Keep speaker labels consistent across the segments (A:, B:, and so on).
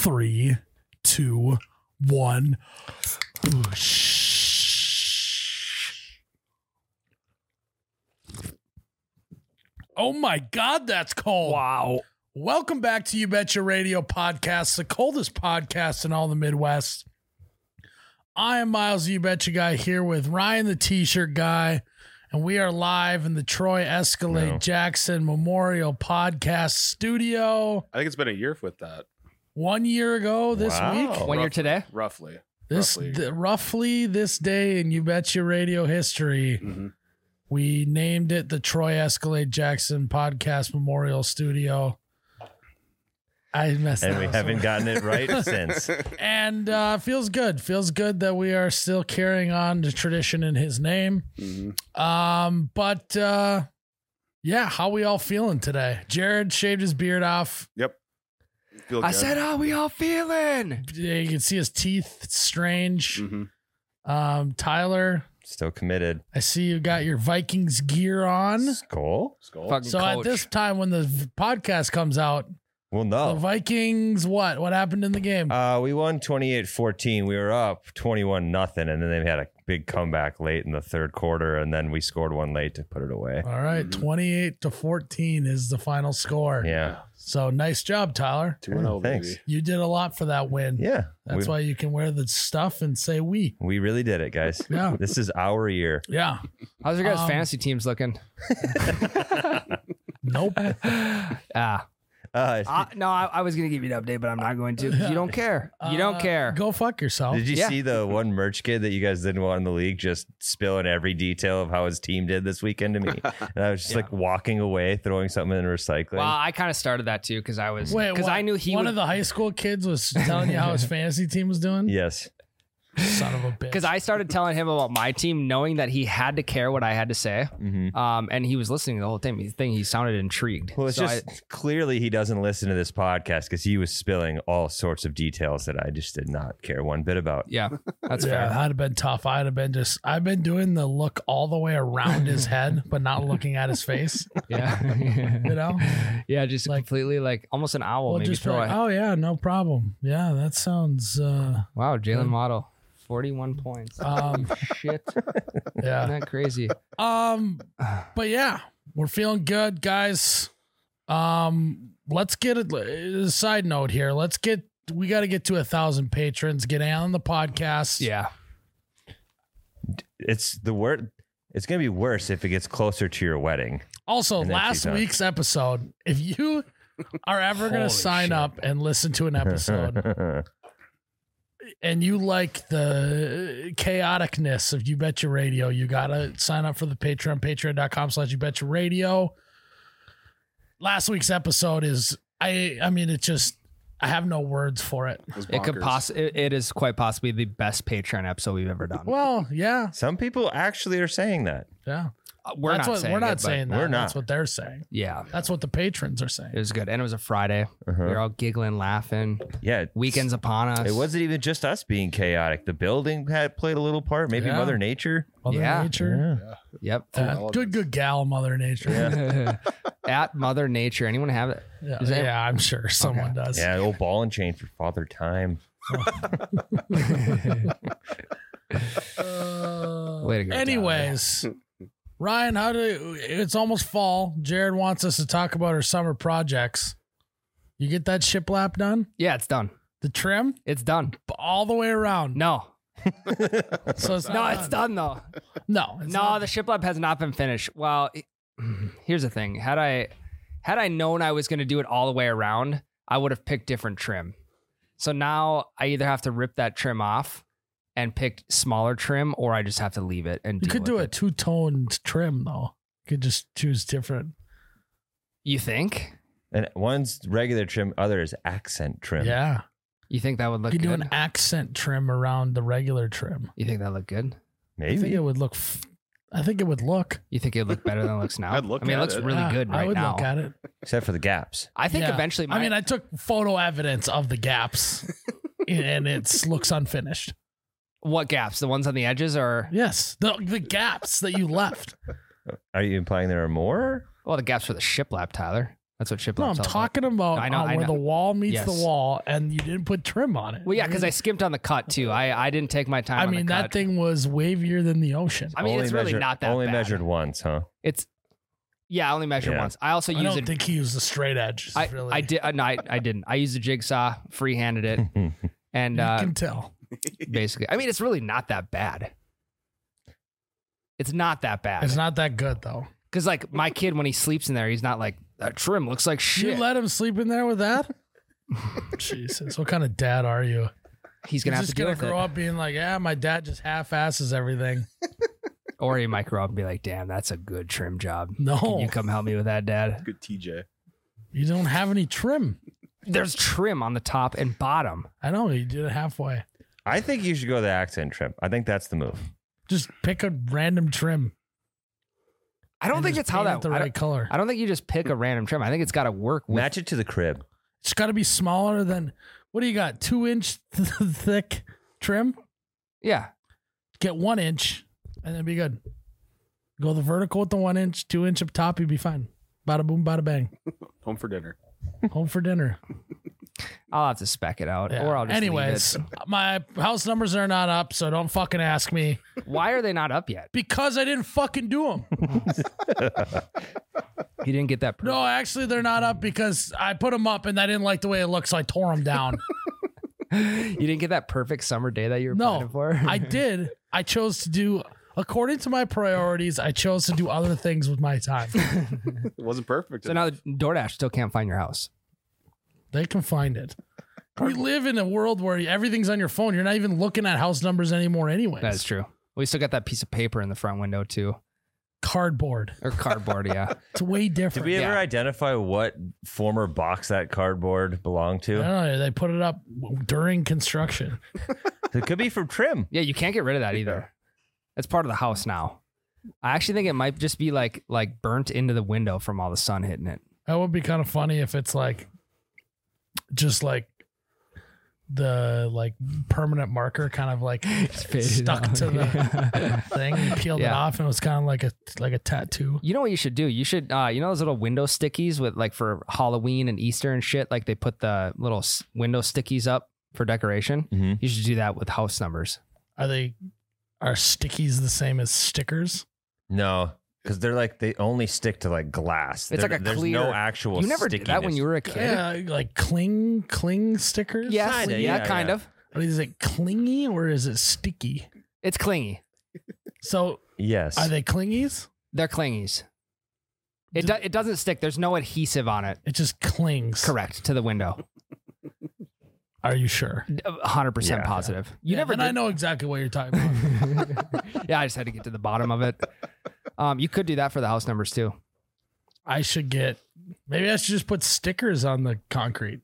A: three, two, one. Oh my God, that's cold.
B: Wow.
A: Welcome back to You Betcha Radio Podcast, the coldest podcast in all the Midwest. I am Miles, the You Betcha guy, here with Ryan, the T shirt guy, and we are live in the Troy Escalade
B: No.
A: Jackson Memorial Podcast Studio.
C: I think it's been a year with that,
A: One year ago this
B: Wow.
A: week,
B: Oh,
D: One year
C: rough.
D: today.
C: roughly.
A: this
C: Roughly.
A: roughly. roughly this day in You Betcha Radio history,
C: Mm-hmm.
A: we named it the Troy Escalade Jackson Podcast Memorial Studio. I messed
B: And
A: that
B: we
A: up.
B: haven't gotten it right since.
A: and uh, feels good. Feels good that we are still carrying on the tradition in his name.
C: Mm-hmm.
A: Um, but uh, yeah, how we all feeling today? Jared shaved his beard off.
C: Yep. Feel
D: I
C: good.
D: said, uh, "How we all feeling?"
A: Yeah, You can see his teeth. It's
B: Mm.
A: strange.
C: Mhm.
A: Um, Tyler,
B: Still committed.
A: I see you got your Vikings gear on.
B: Skull?
C: Skull.
D: Fucking
A: So
D: coach.
A: at this time, when the v- podcast comes out,
B: Well,
A: the
B: no.
A: Vikings, what? What happened in the game?
B: Oh. Uh, we won 28 14. We were up 21 nothing, and then they had a big comeback late in the third quarter, and then we scored one late to put it away.
A: All right,
C: Mhm.
A: 28 to 14 is the final score.
B: Yeah.
A: So nice job, Tyler.
C: 2 and 0,
B: Thanks.
C: baby.
A: You did a lot for that win.
B: Yeah.
A: That's
B: we,
A: why you can wear the stuff and say we.
B: we really did it, guys.
A: Yeah.
B: This is our year.
A: Yeah.
D: How's your guys'
A: um,
D: fantasy teams looking?
A: Nope.
D: ah,
B: Uh,
D: I, no, I, I was gonna give you an update, but I'm not going to. 'cause You don't care. You don't
A: Uh,
D: care.
A: Go fuck yourself.
B: Did you
D: Yeah.
B: see the one merch kid that you guys didn't want in the league just spilling every detail of how his team did this weekend to me? And I was just like walking away, throwing something in recycling.
D: Well, I kind of started that too because I was
A: Wait,
D: because
A: what-
D: I knew he
A: one
D: would
A: of the high school kids was telling you how his fantasy team was doing.
B: Yes.
A: Son of a bitch.
D: because I started telling him about my team, knowing that he had to care what I had to say,
B: hmm
D: um, and he was listening the whole thing. He, thing he sounded intrigued.
B: Well, it's
D: So I-
B: just clearly he doesn't listen to this podcast because he was spilling all sorts of details that I just did not care one bit about.
D: yeah, that's
A: yeah,
D: fair.
A: that'd have been tough. I'd have been just. I've been doing the look all the way around his head, but not looking at his face.
D: Yeah,
A: You know,
D: yeah, just
A: Like-
D: completely like almost an owl.
A: Well,
D: maybe
A: just be
D: throw
A: like,
D: a-
A: oh yeah, no problem. Yeah, that sounds. uh
D: Wow,
A: Good.
D: Jalen Waddle, forty-one points.
A: um
D: Shit,
A: Yeah.
D: isn't that crazy?
A: Um, but yeah, we're feeling good, guys. Um, let's get a, a side note here. Let's get we got to get to a thousand patrons. Get on the podcast.
D: Yeah,
B: It's the word. It's gonna be worse if it gets closer to your wedding.
A: Also,
B: And then
A: last
B: she's on.
A: week's episode. If you are ever going
D: Holy
A: to sign
D: shit.
A: up and listen to an episode, and you like the chaoticness of You Bet Your Radio, you gotta sign up for the Patreon, patreon.com slash you bet your radio. Last week's episode is I I mean it just I have no words for it.
C: It, was
D: it could
C: bonkers.
D: possibly. It, it is quite possibly the best Patreon episode we've ever done.
A: Well, yeah.
B: Some people actually are saying that.
A: Yeah.
D: Uh, we're
A: That's
D: not
A: what
D: saying.
A: we're
D: it,
A: not
D: but
A: saying that.
B: we're
A: That's
B: not.
A: what they're saying.
D: Yeah,
A: That's what the patrons are
D: it
A: saying.
D: was good, and it was a Friday.
B: Uh-huh.
D: We were all giggling, laughing.
B: Yeah,
D: Weekends upon us.
B: It wasn't even just us being chaotic. The building had played a little part. Maybe
A: Yeah.
B: Mother Nature.
A: Mother
D: Yeah.
A: Nature.
D: Yep.
A: Uh,
C: All of
A: good
C: it.
A: good gal, Mother Nature. Yeah,
D: At Mother Nature. Anyone have it? Is that-
A: yeah, I'm sure someone does.
B: Yeah, old ball and chain for Father Time.
A: Uh,
D: Way to go, Tyler.
A: Anyways, Ryan, how do it's almost fall? Jared wants us to talk about our summer projects. You get that shiplap done,
D: Yeah, it's done.
A: the trim
D: It's done.
A: B- all the way around.
D: No.
A: so it's
D: No,
A: not
D: it's done though.
A: No, it's
D: no,
A: not-
D: the shiplap has not been finished. Well, it- here's the thing. Had I had I known I was going to do it all the way around, I would have picked different trim. So now I either have to rip that trim off and pick smaller trim or I just have to leave it and
A: you
D: deal
A: could do
D: with
A: a two toned trim though. You could just choose different.
D: You think?
B: And one's regular trim, other is accent trim.
A: Yeah,
D: You think that would
A: you
D: look
A: could do
D: good?
A: an accent trim around the regular trim.
D: you think that look good?
A: I think
B: Maybe.
A: it would look. F- I think it would look.
D: You think it would look better than it looks now?
C: I'd look
D: I mean,
C: at
D: it looks
C: it.
D: really
A: Yeah,
D: good right
A: I would
D: now.
A: look at it.
B: Except for the gaps.
D: I think
A: Yeah.
D: eventually. My,
A: I mean, I took photo evidence of the gaps, and it looks unfinished.
D: what gaps? The ones on the edges are
A: Yes, the the gaps that you left.
B: Are you implying there are more?
D: well, the gaps for the shiplap, Tyler. That's what Shiplap.
A: No, I'm talking about
D: I know,
A: uh,
D: I
A: where
D: know.
A: the wall meets the
D: Yes.
A: wall, and you didn't put trim on it.
D: Well, yeah, because I skimped on the cut too. I, I didn't take my time.
A: I
D: on the
A: mean, that
D: cut.
A: thing was wavier than the ocean.
D: I mean,
B: Only
D: it's really
B: measured-
D: not that
B: Only
D: bad.
B: measured once, huh?
D: It's yeah, I only measured
B: Yeah.
D: once. I also
A: I
D: use
A: don't
D: it.
A: think he used the straight edge. is
D: I,
A: really,
D: I did. Uh, no, I, I didn't. I used a jigsaw, free-handed it, and
A: You
D: uh,
A: can tell.
D: basically, I mean, it's really not that bad. It's not that bad.
A: It's not that good though.
D: Because like my kid, when he sleeps in there, he's not like that trim looks like shit.
A: You let him sleep in there with that? Jesus, what kind of dad are you?
D: he's gonna
A: He's
D: have to
A: just
D: deal
A: gonna
D: with
A: grow
D: it,
A: up being like, yeah, my dad just half asses everything.
D: or he might grow up and be like, "Damn, that's a good trim job." Can
A: No,
D: you come help me with that, Dad?
C: Good TJ.
A: you don't have any trim.
D: There's trim on the top and bottom.
A: I know you did it halfway.
B: I think you should go the accent trim. I think that's the move.
A: Just pick a random trim.
D: I don't
A: and
D: think
A: just
D: that's how
A: paint it
D: that.
A: the
D: I,
A: right
D: don't,
A: color.
D: I don't think you just pick a random trim. I think it's got to work with.
B: Match it to the crib.
A: It's got to be smaller than what do you got? Two inch th- thick trim.
D: Yeah,
A: Get one inch, and then be good. Go the vertical with the one inch, two inch up top. You'd be fine. Bada boom, bada bang.
C: Home for dinner.
A: Home for dinner.
D: I'll have to spec it out,
A: Yeah.
D: or I'll just. leave
A: Anyways,
D: it.
A: my house numbers are not up, so don't fucking ask me
D: why are they not up yet?
A: because I didn't fucking do them.
D: You didn't get that. per-
A: No, actually, they're not up because I put them up and I didn't like the way it looked, so I tore them down.
D: you didn't get that perfect summer day that you were
A: No,
D: planning for.
A: I did. I chose to do according to my priorities. I chose to do other things with my time.
C: It wasn't perfect.
D: so now DoorDash still can't find your house.
A: They can find it. We live in a world where everything's on your phone. You're not even looking at house numbers anymore, anyways.
D: That is true. We still got that piece of paper in the front window too,
A: Cardboard.
D: or cardboard. yeah,
A: It's way
B: Did
A: different.
B: we ever
D: Yeah.
B: identify what former box that cardboard belonged
A: I
B: to?
D: Uh-huh.
A: don't know. They put it up during construction.
B: it could be from trim.
D: yeah. You can't get rid of that either. That's part of the house now. I actually think it might just be like like burnt into the window from all the sun hitting it.
A: That would be kind of funny if it's like just like the like permanent marker kind of like
D: faded
A: stuck
D: out.
A: to the thing you peeled it
D: Yeah.
A: off and it was kind of like a like a tattoo
D: You know what you should do? You should, uh, you know, those little window stickies with like for Halloween and Easter and shit. Like they put the little s- window stickies up for decoration.
B: Mhm.
D: You should do that with house numbers.
A: are they are stickies the same as stickers
B: No, because they're like they only stick to like glass.
D: It's
B: There-
D: like a
B: there's
D: clear-
B: no actual.
D: you never did that when you were a kid.
A: yeah like cling cling stickers
D: Yes,
B: Kinda,
D: yeah,
B: yeah,
D: kind
B: yeah.
D: of.
A: Or is it clingy or is it sticky
D: It's clingy.
A: so
B: Yes.
A: are they clingies
D: They're clingies. It
A: Do-
D: do, it doesn't stick. There's no adhesive on it.
A: it just clings
D: Correct to the window. uh,
A: are you sure
D: Hundred percent
B: Yeah.
D: positive. You
A: Yeah,
D: never.
A: then
D: Did.
A: i know exactly what you're talking about
D: yeah, I just had to get to the bottom of it. Um, you could do that for the house numbers too.
A: I should get maybe I should just put stickers on the concrete.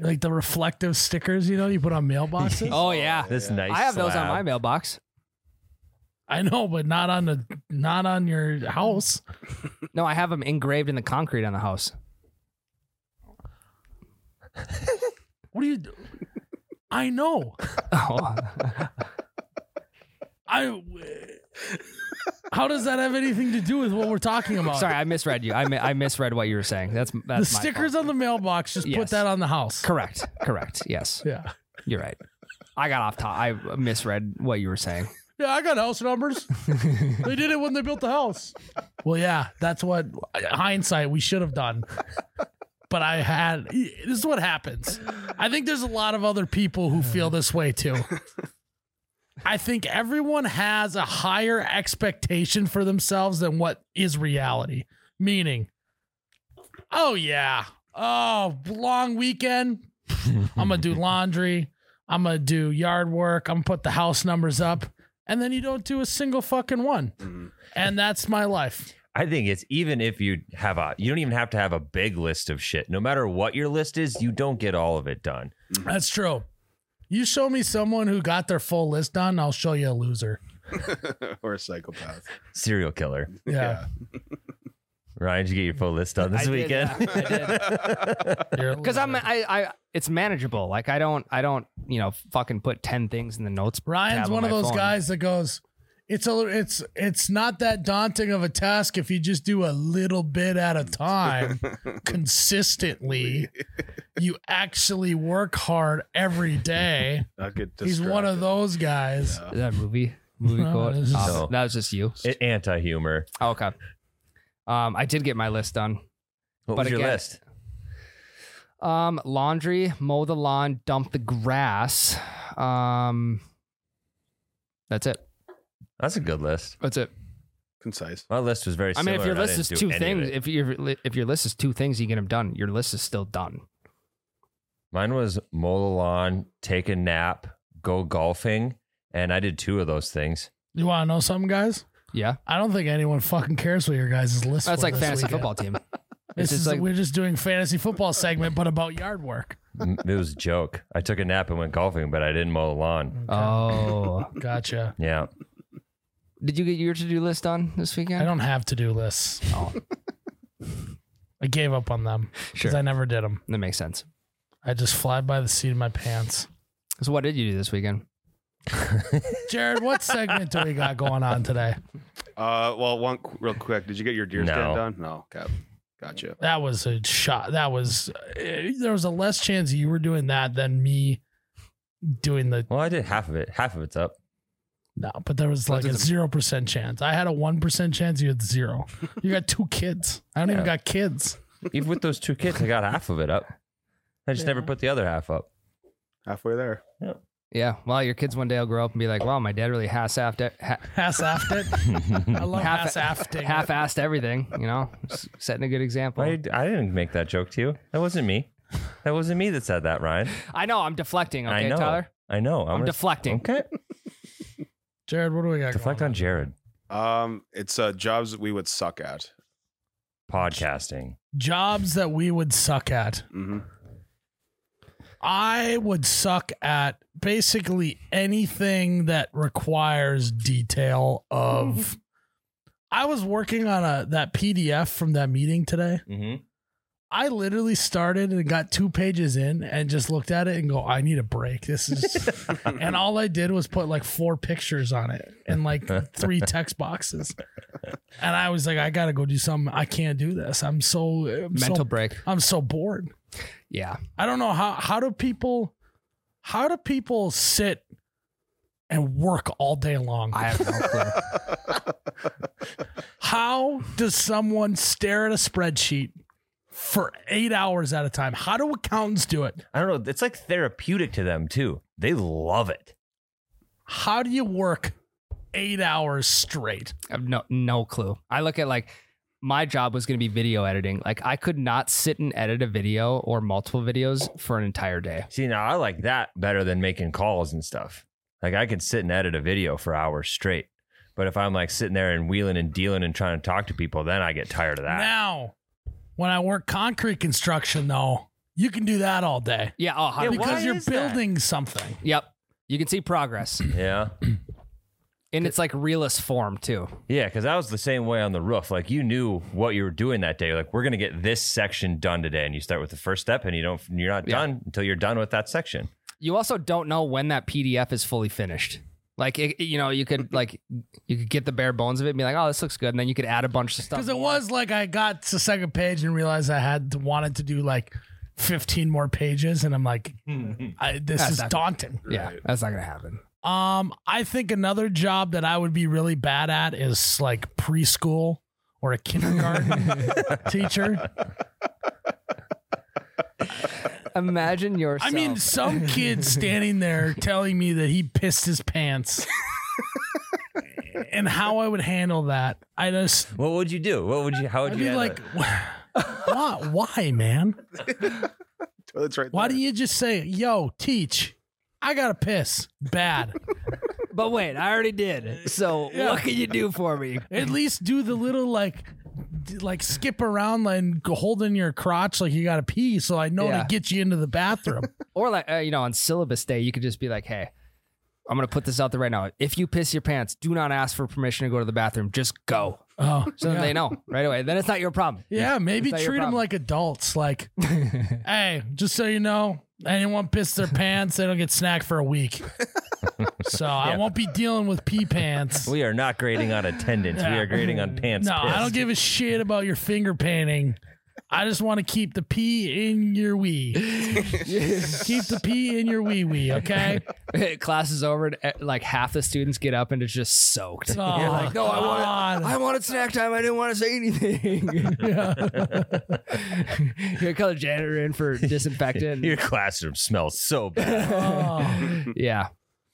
A: like the reflective stickers, you know, you put on mailboxes.
D: Oh yeah,
B: this nice.
D: I have those on my
B: slab.
D: mailbox.
A: I know, but not on the not on your house.
D: No, I have them engraved in the concrete on the house.
A: What do you do? I know.
D: Oh,
A: I How does that have anything to do with what we're talking about?
D: sorry, I misread you. I, mi- I misread what you were saying. That's that's my
A: the stickers
D: fault.
A: on the mailbox, just put
D: Yes.
A: that on the house.
D: Correct, correct. Yes,
A: Yeah.
D: you're right. I got off top. I misread what you were saying.
A: Yeah, I got house numbers. they did it when they built the house. Well, yeah, that's what hindsight we should have done. But I had this is what happens. I think there's a lot of other people who feel this way too. I think everyone has a higher expectation for themselves than what is reality. Meaning, oh yeah, oh long weekend. I'm gonna do laundry. I'm gonna do yard work. I'm gonna put the house numbers up, and then you don't do a single fucking one.
C: Mhm.
A: And that's my life.
B: I think it's even if you have a, you don't even have to have a big list of shit. No matter what your list is, you don't get all of it done.
A: That's true. You show me someone who got their full list done, I'll show you a loser.
C: or a psychopath.
B: Serial killer.
A: Yeah.
B: Ryan, did you get your full list done
D: I
B: this
D: did,
B: weekend?
A: You're a
D: Because I'm
A: loser.
D: I, I it's manageable. Like I don't I don't you know fucking put ten things in the notes.
A: Ryan's
D: tab
A: one
D: on
A: of
D: my
A: those
D: phone.
A: guys that goes, it's a it's it's not that daunting of a task if you just do a little bit at a time consistently. you actually work hard every day.
C: I'll get
A: He's one of
C: distracted.
A: those guys.
C: Yeah.
D: Is that a movie? Movie
A: No,
D: quote?
A: this is-
D: Oh,
B: No.
D: That was just you.
B: It, anti-humor.
D: Oh, okay. Um, I did get my list done.
B: What
D: But
B: was your
D: again-
B: list?
D: Um, laundry, mow the lawn, dump the grass. Um, that's it.
B: That's a good list.
D: That's it.
C: Concise.
B: My list was very
D: I
B: similar.
D: mean, if your
B: and
D: list is
B: didn't do
D: two
B: any of
D: things,
B: it.
D: if your li- if your list is two things, you get them done. Your list is still done.
B: Mine was mow the lawn, take a nap, go golfing, and I did two of those things.
A: You want to know something, guys?
D: Yeah,
A: I don't think anyone fucking cares what your guys' list.
D: that's
A: was
D: like
A: this
D: fantasy
A: weekend.
D: football team.
A: This
D: It's just
A: is
D: like-
A: we're just doing fantasy football segment, but about yard work.
B: M- it was a joke. I took a nap and went golfing, but I didn't mow the lawn.
D: Oh,
A: Gotcha.
B: Yeah,
D: did you get your to do list done this
A: I
D: weekend?
A: don't have to do lists.
D: Oh.
A: I gave up on them because
D: Sure,
A: I never did them.
D: that makes sense.
A: I just fly by the seat of my pants.
D: So, what did you do this weekend?
A: Jared, what segment do we got going on today?
C: Uh, well, one qu- real quick. Did you get your deer
B: No.
C: stand done? No. Okay. Gotcha.
A: That was a shot. That was eh, there was a less chance you were doing that than me doing the
B: well, I did half of it. Half of it's up.
A: no, but there was
D: Well,
A: like a
D: doesn't-
A: zero percent chance. I had a one percent chance. You had zero. You got two kids. I don't even
B: Yeah.
A: got kids.
B: Even with those two kids, I got half of it up. I just never
A: Yeah.
B: put the other half up.
C: Halfway there.
D: Yeah, well, your kids one day will grow up and be like, "Wow, my dad really half-assed it- ha-
A: Half affed it. I love half
D: Half-
A: affed
D: half-assed everything." You know, Just setting a good example.
B: I, I didn't make that joke to you. That wasn't me. That wasn't me that said that, Ryan.
D: I know I'm deflecting. Okay,
B: I know.
D: Tyler,
B: I know.
D: I'm,
B: I'm, gonna-
D: deflecting.
B: Okay.
A: Jared, what do we got?
B: Deflect
A: going
B: on Jared.
C: Um, it's uh jobs that we would suck at.
B: Podcasting.
A: jobs that we would suck at.
C: hmm
A: I would suck at basically anything that requires detail of I was working on a that PDF from that meeting today.
B: Mm-hmm.
A: I literally started and got two pages in and just looked at it and go, I need a break. This is and all I did was put like four pictures on it and like three text boxes. And I was like, I gotta go do something. I can't do this. I'm so I'm
D: Mental
A: so,
D: break.
A: I'm so bored.
D: Yeah,
A: I don't know how how do people how do people sit and work all day long?
D: I have no clue.
A: how does someone stare at a spreadsheet for 8 hours at a time? How do accountants do it?
B: I don't know. It's like therapeutic to them too. They love it.
A: How do you work 8 hours straight?
D: I have no no clue. I look at like my job was going to be video editing. Like I could not sit and edit a video or multiple videos for an entire day.
B: See, now I like that better than making calls and stuff. Like I can sit and edit a video for hours straight. But if I'm like sitting there and wheeling and dealing and trying to talk to people, then I get tired of that.
A: Now, when I work concrete construction though, you can do that all day
D: Yeah. Oh,
B: Yeah,
D: how
B: why
A: because you're
B: is that?
A: building something.
D: Yep. You can see progress,
B: Yeah.
D: and it's like realist form too.
B: Yeah, because I was the same way on the roof. Like you knew what you were doing that day. Like we're gonna get this section done today, and you start with the first step, and you don't, you're not
D: Yeah.
B: done until you're done with that section.
D: You also don't know when that PDF is fully finished. Like it, you know, you could like you could get the bare bones of it, and be like, oh, this looks good, and then you could add a bunch of stuff.
A: Because it
D: more.
A: was like I got to second page and realized I had to, wanted to do like 15 more pages, and I'm like, I, this
D: That's
A: is
D: not-
A: daunting.
D: Yeah, that's not gonna happen.
A: Um, I think another job that I would be really bad at is like preschool or a kindergarten teacher.
D: Imagine yourself.
A: I mean, some kid standing there telling me that he pissed his pants. and how I would handle that, I just
B: What would you do? What would you? How would
A: I'd
B: you?
A: be
B: handle
A: like,
B: it?
A: why, why, man?
C: Toilet's right
A: Why
C: there.
A: do you just say, yo, teach? I gotta piss. Bad.
D: but wait, I already did. So
A: Yeah.
D: what can you do for me?
A: At least do the little like d- like skip around and go hold in your crotch like you gotta pee so I know
D: Yeah.
A: to get you into the bathroom.
D: Or like uh, you know, on syllabus day, you could just be like, "Hey, I'm gonna put this out there right now. If you piss your pants, do not ask for permission to go to the bathroom. Just go."
A: oh.
D: So
A: yeah.
D: then they know right away. Then it's not your problem.
A: yeah, maybe
D: not your
A: treat them
D: problem.
A: like adults. Like, hey, just so you know, anyone piss their pants, they don't get snack for a week. so I
B: Yeah.
A: won't be dealing with pee pants.
B: We are not grading on attendance. We
A: Yeah.
B: are grading on pants.
A: no, I don't
B: pissed.
A: give a shit about your finger painting. I just want to keep the pee in your wee. keep the pee in your wee wee, okay?
D: Class is over, and eh, like half the students get up and it's just soaked.
A: Oh,
D: You're like, no, I
A: God.
D: wanted, I wanted snack time. I didn't want to say anything. Here, call the janitor in for disinfectant.
B: Your classroom smells so bad.
A: Oh.
D: yeah.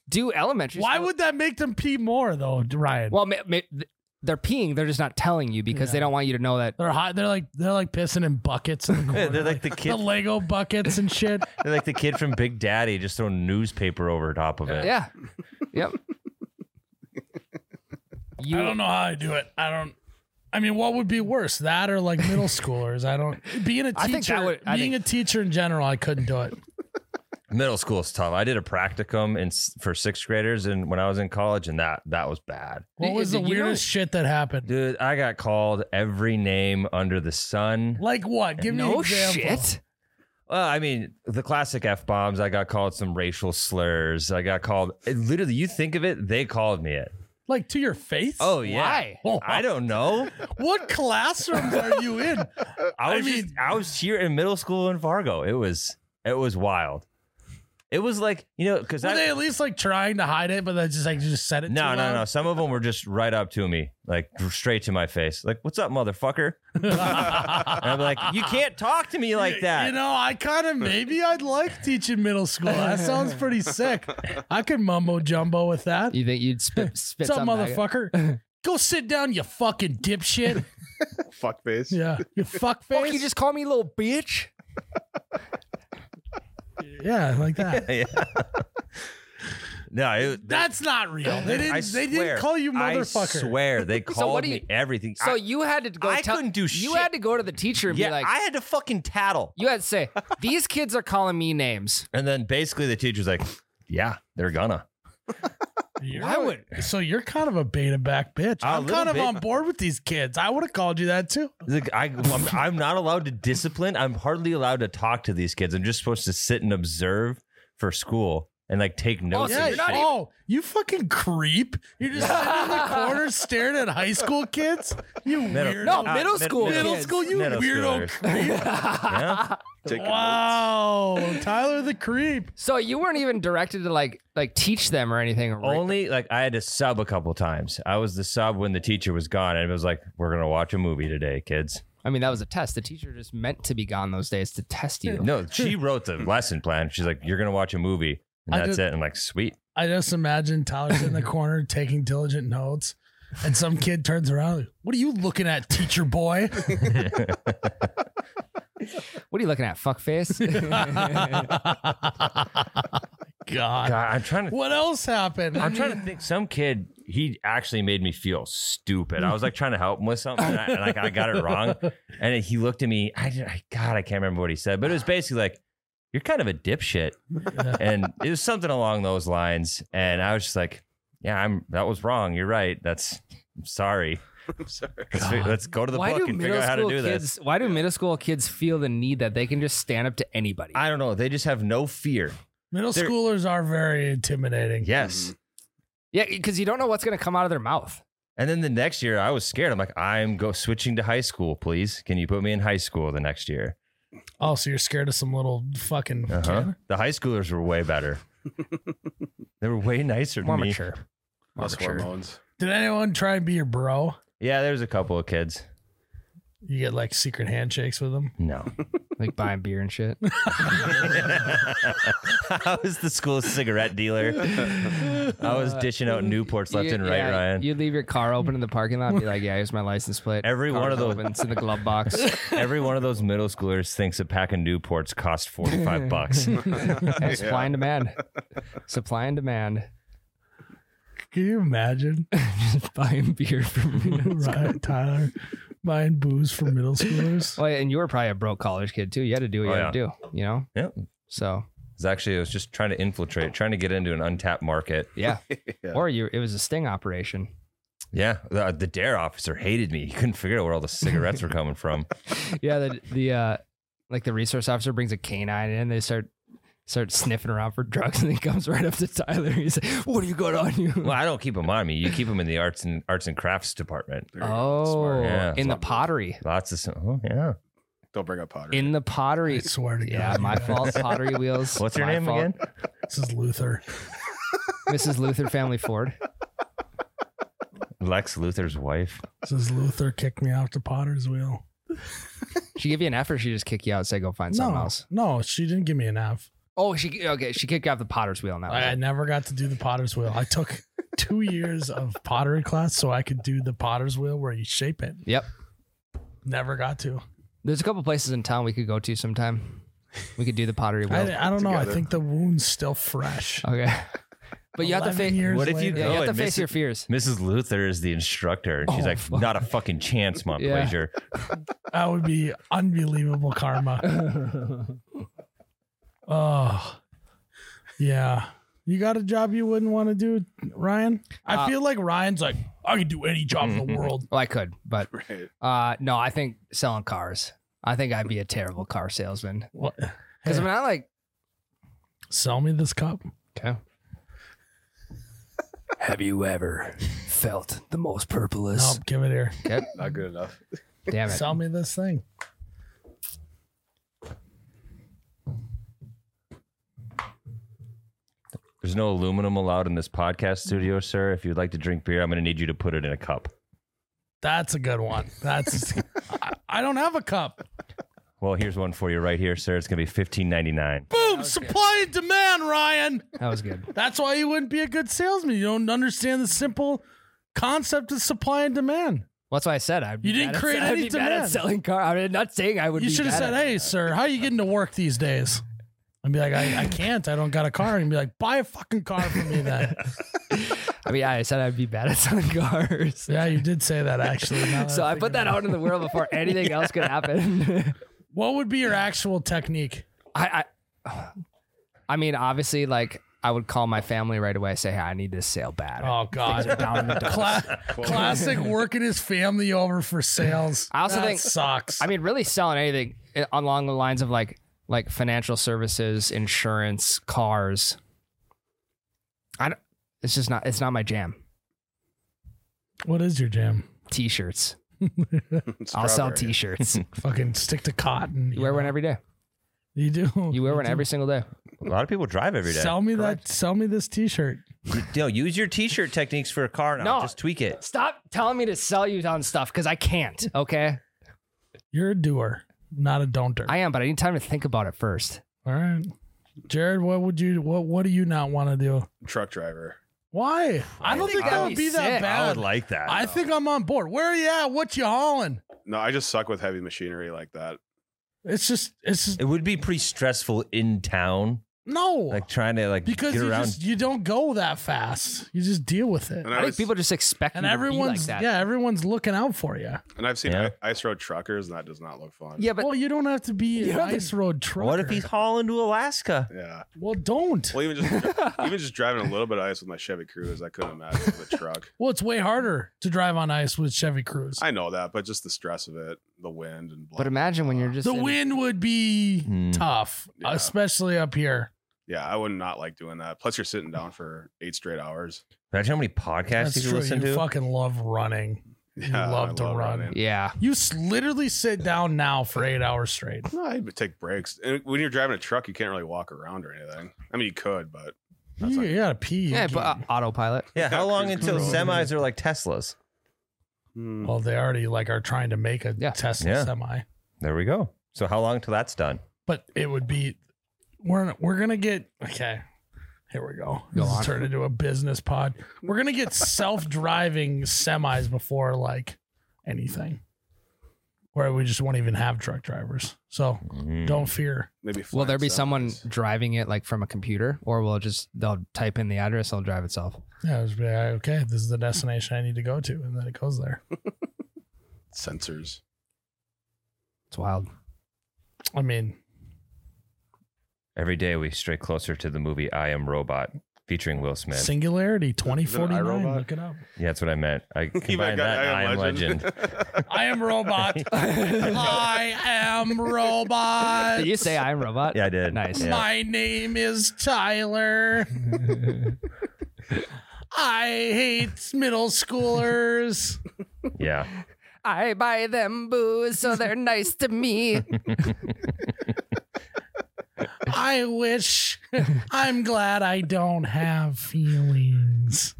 D: Do elementary
A: Why
D: school-
A: would that make them pee more though, Ryan?
D: Well, ma- ma- th- they're peeing. They're just not telling you because they
A: Yeah.
D: don't want you to know that.
A: they're hot. They're like they're like pissing in buckets. In the
B: Yeah,
A: corner.
B: they're like the
A: the
B: kid.
A: Lego buckets and shit.
B: They're like the kid from Big Daddy, just throwing newspaper over top of it.
D: Yeah. Yep. You,
A: I don't know how I do it. I don't. I mean, what would be worse, that or like middle schoolers? I don't. Being a
D: I think
A: teacher,
D: that would- I
A: being
D: think-
A: a teacher in general, I couldn't do it.
B: Middle school is tough. I did a practicum in s- for sixth graders, and when I was in college, and that that was bad.
A: What
D: Did-
A: was the
D: did you know-
A: weirdest shit that happened?
B: Dude, I got called every name under the sun.
A: Like what? Give me an
D: no
A: example.
D: shit.
B: Well, I mean, the classic f bombs. I got called some racial slurs. I got called. it- literally, you think of it, they called me it.
A: Like to your face?
B: Oh yeah.
D: Why?
B: I don't know.
A: What classrooms are you in?
B: I
A: I
B: was just,
A: mean-
B: I was here in middle school in Fargo. It was it was wild. It was like you know because
A: Were they at least like trying to hide it, but they just like just said it?
B: no
A: too
B: no
A: loud?
B: no. Some of them were just right up to me, like straight to my face, like "What's up, motherfucker?" and I'm like, "You can't talk to me like that."
A: You know, I kind of maybe I'd like teaching middle school. That sounds pretty sick. I could mumbo jumbo with that.
D: You think you'd spit, spit
A: What's up,
D: something back at-
A: motherfucker? Go sit down, you fucking dipshit.
C: Fuck face.
A: Yeah, you fuck
D: Fuck, you
A: face.
D: just call me little bitch?
A: yeah, like that.
B: yeah. no, it,
A: That's not real. They didn't.
B: I
A: they
B: swear-
A: didn't call you motherfucker.
B: I swear they called
D: what do you-
B: me everything.
D: So
B: I-
D: you had to go.
B: I
D: tell-
B: couldn't do
D: You
B: shit.
D: had to go to the teacher and
B: yeah,
D: be like,
B: I had to fucking tattle,
D: you had to say, these kids are calling me names.
B: and then basically the teacher's like, "Yeah, they're gonna."
A: You're-
D: Why would-
A: So you're kind of a beta back bitch.
B: A
A: I'm
B: little
A: kind of
B: bit.
A: on board with these kids. I would have called you that too.
B: Like, I, I'm, I'm not allowed to discipline. I'm hardly allowed to talk to these kids. I'm just supposed to sit and observe for school and like take notes.
D: so
A: yeah.
B: and
D: you're not
B: shit.
A: oh, you fucking creep. You're just sitting in the corner staring at high school kids. You
B: Middle-
A: weirdo.
D: No,
B: not
D: middle school Oh
A: middle
D: kids.
A: school, you
B: middle
A: weirdo.
B: schoolers.
D: Yeah.
C: Taking
A: Wow, Tyler the creep.
D: So you weren't even directed to like like teach them or anything. Right?
B: Only like I had to sub a couple times. I was the sub when the teacher was gone, and it was like, "We're gonna watch a movie today, kids."
D: I mean, that was a test. The teacher just meant to be gone those days to test you.
B: No, she wrote the lesson plan. She's like, "You're gonna watch a movie." And
A: I
B: that's
A: did-
B: it. And like, sweet.
A: I just imagine Tyler's in the corner taking diligent notes, and some kid turns around. What are you looking at, teacher boy?
D: What are you looking at, fuckface?
A: God.
B: God, I'm trying to
A: What else happened?
B: I'm trying to think. Some kid, he actually made me feel stupid. I was like trying to help him with something, and I, and I, I got it wrong. And he looked at me. I, did- I God, I can't remember what he said, but it was basically like, "You're kind of a dipshit," and it was something along those lines. And I was just like, "Yeah, I'm. That was wrong. You're right. That's. I'm sorry.
C: I'm sorry.
B: Let's, fi-
A: God.
B: let's go to the book and figure out how to do this."
D: kids? Why do middle school kids feel the need that they can just stand up to anybody?
B: I don't know. They just have no fear.
A: Middle
B: There-
A: schoolers are very intimidating.
B: Yes.
D: yeah, because you don't know what's going to come out of their mouth.
B: And then the next year, I was scared. I'm like, I'm go switching to high school, please. Can you put me in high school the next year?
A: Oh, so you're scared of some little fucking
B: Uh huh.
A: kid?
B: The high schoolers were way better. they were way nicer than
D: More
B: me.
D: mature. More
C: Plus
D: mature.
C: hormones.
A: Did anyone try and be your bro?
B: Yeah, there's a couple of kids.
A: You get like secret handshakes with them.
B: No,
D: Like buying beer and shit.
B: I was the school cigarette dealer. I was dishing out Newports left
D: You-
B: and right,
D: yeah,
B: Ryan.
D: You'd leave your car open in the parking lot and be like, yeah, here's my license plate.
B: Every
D: Car
B: one of those-
D: opens in the glove box.
B: Every one of those middle schoolers thinks a pack of Newports cost 45 bucks.
D: And supply and demand. Supply and demand.
A: Can you imagine?
D: Just buying beer from
A: Ryan, Tyler buying booze for middle schoolers.
D: Well, and you were probably a broke college kid too. You had to do what you
B: Oh,
D: had to do, you know?
B: yeah.
D: So
B: It's actually, it was just trying to infiltrate, trying to get into an untapped market.
D: yeah.
C: Yeah.
D: Or you it was a sting operation.
B: Yeah, the, the dare officer hated me. He couldn't figure out where all the cigarettes were coming from.
D: Yeah, the the uh like the resource officer brings a canine in, they start starts sniffing around for drugs, and he comes right up to Tyler. He's like, "What do you got on you?"
B: Well, I don't keep them on me. You keep them in the arts and arts and crafts department.
C: There you go.
D: Oh,
C: Smart.
B: Yeah.
D: in the pottery.
B: Lots of some, oh yeah.
C: Don't bring up Potter.
D: In the
A: I
D: pottery.
A: swear to God.
D: Yeah, my
A: you
D: fault.
A: guys.
D: Pottery wheels.
B: What's her
D: My
B: name
D: fault.
B: again?
A: This is Luther.
D: Mrs. Luther Family Ford.
B: Lex Luthor's wife.
A: This is Luther kicked me off the Potter's wheel.
D: She give you an F or she just kick you out and say go find someone
A: no,
D: else.
A: no, she didn't give me an F.
D: Oh, she okay. She kicked you off the Potter's wheel now.
A: I, I never got to do the Potter's wheel. I took two years of pottery class so I could do the Potter's wheel where you shape it.
D: Yep.
A: Never got to.
D: There's a couple places in town we could go to sometime. We could do the pottery wheel.
A: I, I don't know.
C: together.
A: I think the wound's still fresh.
D: Okay. But you have to
A: 11
D: face.
A: years
B: What if you
A: later.
D: Yeah, you
B: Oh,
D: have to
B: and
D: face
B: Mrs.
D: your fears.
B: Mrs. Luthor is the instructor. And she's
D: Oh,
B: like,
D: fuck.
B: not a fucking chance, Mont
D: Yeah.
B: Pleasure.
A: That would be unbelievable karma. Oh, yeah. You got a job you wouldn't want to do, Ryan? I
D: Uh, mm-hmm.
A: feel like Ryan's like, I can do any job in the world.
D: Well, I could, but
C: right.
D: uh, no, I think selling cars. I think I'd be a terrible car salesman
A: What?
D: because I'm not like.
A: Sell me this cup.
D: Okay. Have you ever felt the most
A: No,
D: purplest?
A: give it here.
D: Okay.
C: Not good enough.
D: Damn it.
A: Sell me this thing.
B: There's no aluminum allowed in this podcast studio, sir. If you'd like to drink beer, I'm going to need you to put it in a cup.
A: That's a good one. That's. I, I don't have a cup.
B: Well, here's one for you right here, sir. It's going to be $15.99.
A: Boom. Supply and demand, Ryan.
D: That was good.
A: That's why you wouldn't be a good salesman. You don't understand the simple concept of supply and demand.
D: Well, that's why I said I'd be
A: You didn't
D: bad at-
A: create
D: I'd
A: any
D: be bad at
A: demand.
D: selling car. I'm not saying I would.
A: You
D: be
A: should have
D: bad
A: said,
D: at
A: "Hey, sir, how you getting to work these days?" I'd be like, I, "I can't. I don't got a car." And be like, "Buy a fucking car for me then."
D: I mean, I said I'd be bad at selling cars.
A: yeah, you did say that actually. now that
D: So I
A: think
D: put that
A: about it.
D: out in the world before anything else could happen.
A: What would be your actual technique?
D: I, I, I mean, obviously, like I would call my family right away, say, "Hey, I need this sale bad."
A: Oh
D: Things are
A: God,
D: down in the dumps.
A: Cla- classic working his family over for sales.
D: I also
A: That
D: think-
A: sucks.
D: I mean, really selling anything eh, along the lines of like like financial services, insurance, cars. I don't. It's just not. It's not my jam.
A: what is your jam?
D: T-shirts. I'll sell
C: Strawberry.
D: T-shirts.
A: Fucking stick to cotton.
D: you wear one every day.
A: You do.
D: You wear one
A: do.
D: every single day.
B: A lot of people drive every day.
A: Sell me that. Sell me this T-shirt.
B: You- no, use your t-shirt techniques for a car now.
D: No.
B: Just tweak it.
D: Stop telling me to sell you on stuff because I can't. Okay,
A: You're a doer, not a don'ter.
D: I am, but I need time to think about it first.
A: All right, Jared. What would you? What What do you not want to do?
C: Truck driver.
A: Why? I don't
D: think
A: think
D: that'd
A: that would
D: be
A: be
D: sick. I
A: that
B: I
A: bad.
B: would like that.
A: I think I'm on board. Where are you at? What you hauling?
C: No, I just suck with heavy machinery like that.
A: It's just, it's just,
B: it would be pretty stressful in town,
A: no.
B: like trying to like
A: because
B: get
A: you
B: around.
A: just, you don't go that fast. You just deal with it.
C: And I,
D: I, think
C: was,
D: people just expect
A: And
D: you to be like
A: everyone's,
D: that.
A: yeah, everyone's looking out for you.
C: and I've seen
B: Yeah.
C: i- ice road truckers, and that does not look fun.
D: Yeah, but
A: well, you don't have to be
D: You
A: an
D: don't have
A: ice road trucker.
B: what if he's hauling to Alaska?
C: Yeah.
A: Well, don't.
C: Well, even just even just driving a little bit of ice with my Chevy Cruze, I couldn't imagine with a truck.
A: Well, it's way harder to drive on ice with Chevy Cruze.
C: I know that, but just the stress of it, the wind, and blah.
D: but imagine when you're just
A: the
D: in-
A: wind would be
B: Hmm.
A: tough,
C: Yeah.
A: especially up here.
C: yeah, I would not like doing that. Plus, you're sitting down for eight straight hours.
B: Imagine how many podcasts
A: That's
B: you could
A: true.
B: listen
A: you
B: to.
A: fucking love running. You
C: Yeah,
A: love
C: I
A: to run.
C: running.
D: Yeah,
A: You s- literally sit down now for eight hours straight.
C: No, I would take breaks. And when you're driving a truck, you can't really walk around or anything. I mean, you could, but That's
A: You,
C: like-
A: you gotta pee.
D: yeah,
A: again.
D: but uh, autopilot.
B: Yeah, how long
C: Cruise
B: until
C: control.
B: semis are like Teslas?
C: Hmm.
A: well, they already like are trying to make a
D: Yeah.
A: Tesla
B: Yeah.
A: semi,
B: There we go. So how long till that's done?
A: but it would be we're we're gonna get okay. Here we go.
D: Go
A: This
D: on.
A: is turned into a business pod. We're gonna get self-driving semis before like anything, where we just won't even have truck drivers. So
D: Hmm.
B: Mm.
A: don't fear.
C: maybe. uh,
D: Will there
C: flying
D: be someone
C: semis.
D: driving it like from a computer, or will it just they'll type in the address, it'll drive itself?
A: Yeah, it was be like, okay. This is the destination I need to go to, and then it goes there.
C: sensors?
D: It's wild.
A: I mean,
B: Every day we stray closer to the movie I Am Robot. featuring Will Smith.
A: Singularity
C: Is it
A: 2049.
C: iRobot?
A: Look it up.
B: yeah, that's what I meant. I
C: You might
B: combined
C: got
B: that and I am legend.
A: I am robot. I am robot.
D: Did you say I'm Robot?
B: Yeah, I did.
D: Nice.
B: Yeah.
A: My name is Tyler. I hate middle schoolers.
B: yeah.
D: I buy them booze so they're nice to me.
A: I wish. I'm glad I don't have feelings.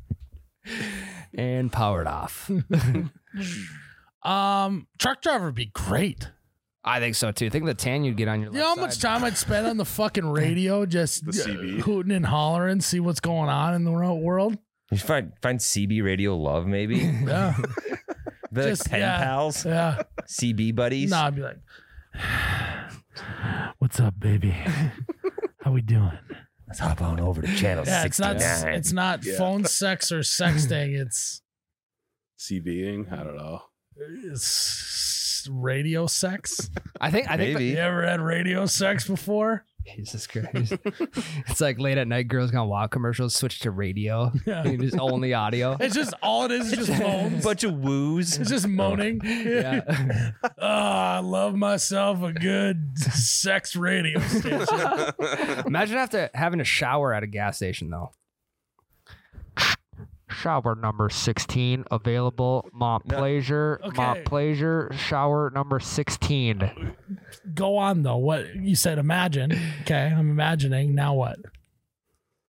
D: and powered off.
A: Um, truck driver would be great.
D: I think so too. Think of the tan you'd get on your
A: You
D: left
A: know how much
D: side.
A: time I'd spend on the fucking radio just
C: The CB.
A: uh, hooting and hollering, see what's going on in the ro- world.
B: You should find find CB Radio Love maybe.
A: Yeah,
B: They're
A: Just-
B: like pen
A: yeah.
B: pals,
A: yeah.
B: CB buddies.
A: No, I'd be like, "What's up, baby? How we doing?"
B: Let's hop on over to channel
A: Yeah, it's not.
B: 69.
A: It's not
C: Yeah.
A: phone sex or sexting. It's
C: CBing? I don't know.
A: it's radio sex.
D: I think I think
A: You
B: maybe.
A: ever had radio sex before?
D: Jesus Christ. it's like late at night girls gonna walk commercials, switch to radio.
A: Yeah.
D: You just only audio.
A: It's just all it is. is Just phones.
B: Bunch of woos.
A: It's just moaning.
D: Yeah.
A: oh, I love myself a good sex radio station.
D: Imagine after having a shower at a gas station though. Shower number 16 available Mont
B: No.
D: Pleasure,
A: Okay. Mont
D: Pleasure, shower number 16.
A: Go on though. What you said? Imagine. Okay, I'm imagining. Now what?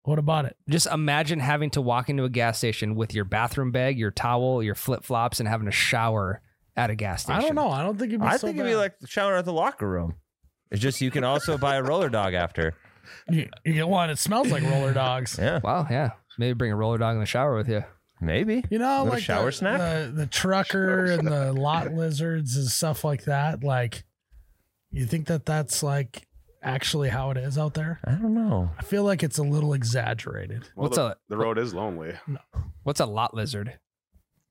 A: What about it?
D: Just imagine having to walk into a gas station with your bathroom bag, your towel, your flip flops, and having a shower at a gas station.
A: I don't know. I don't think it'd be.
B: I
A: so
B: think it'd be
A: bad.
B: like showering at the locker room. It's just you can also buy a roller dog after.
A: You, you get one. It smells like roller dogs.
B: Yeah,
D: Wow, yeah. Maybe bring a roller dog in the shower with you.
B: maybe.
A: You know,
B: Little
A: like
B: shower
A: the,
B: snack?
A: the the trucker and the lot lizards and stuff like that. Like, you think that that's like actually how it is out there?
B: I don't know.
A: I feel like it's a little exaggerated.
C: Well,
D: What's
C: the,
D: a-
C: The road is lonely.
D: What's a lot lizard?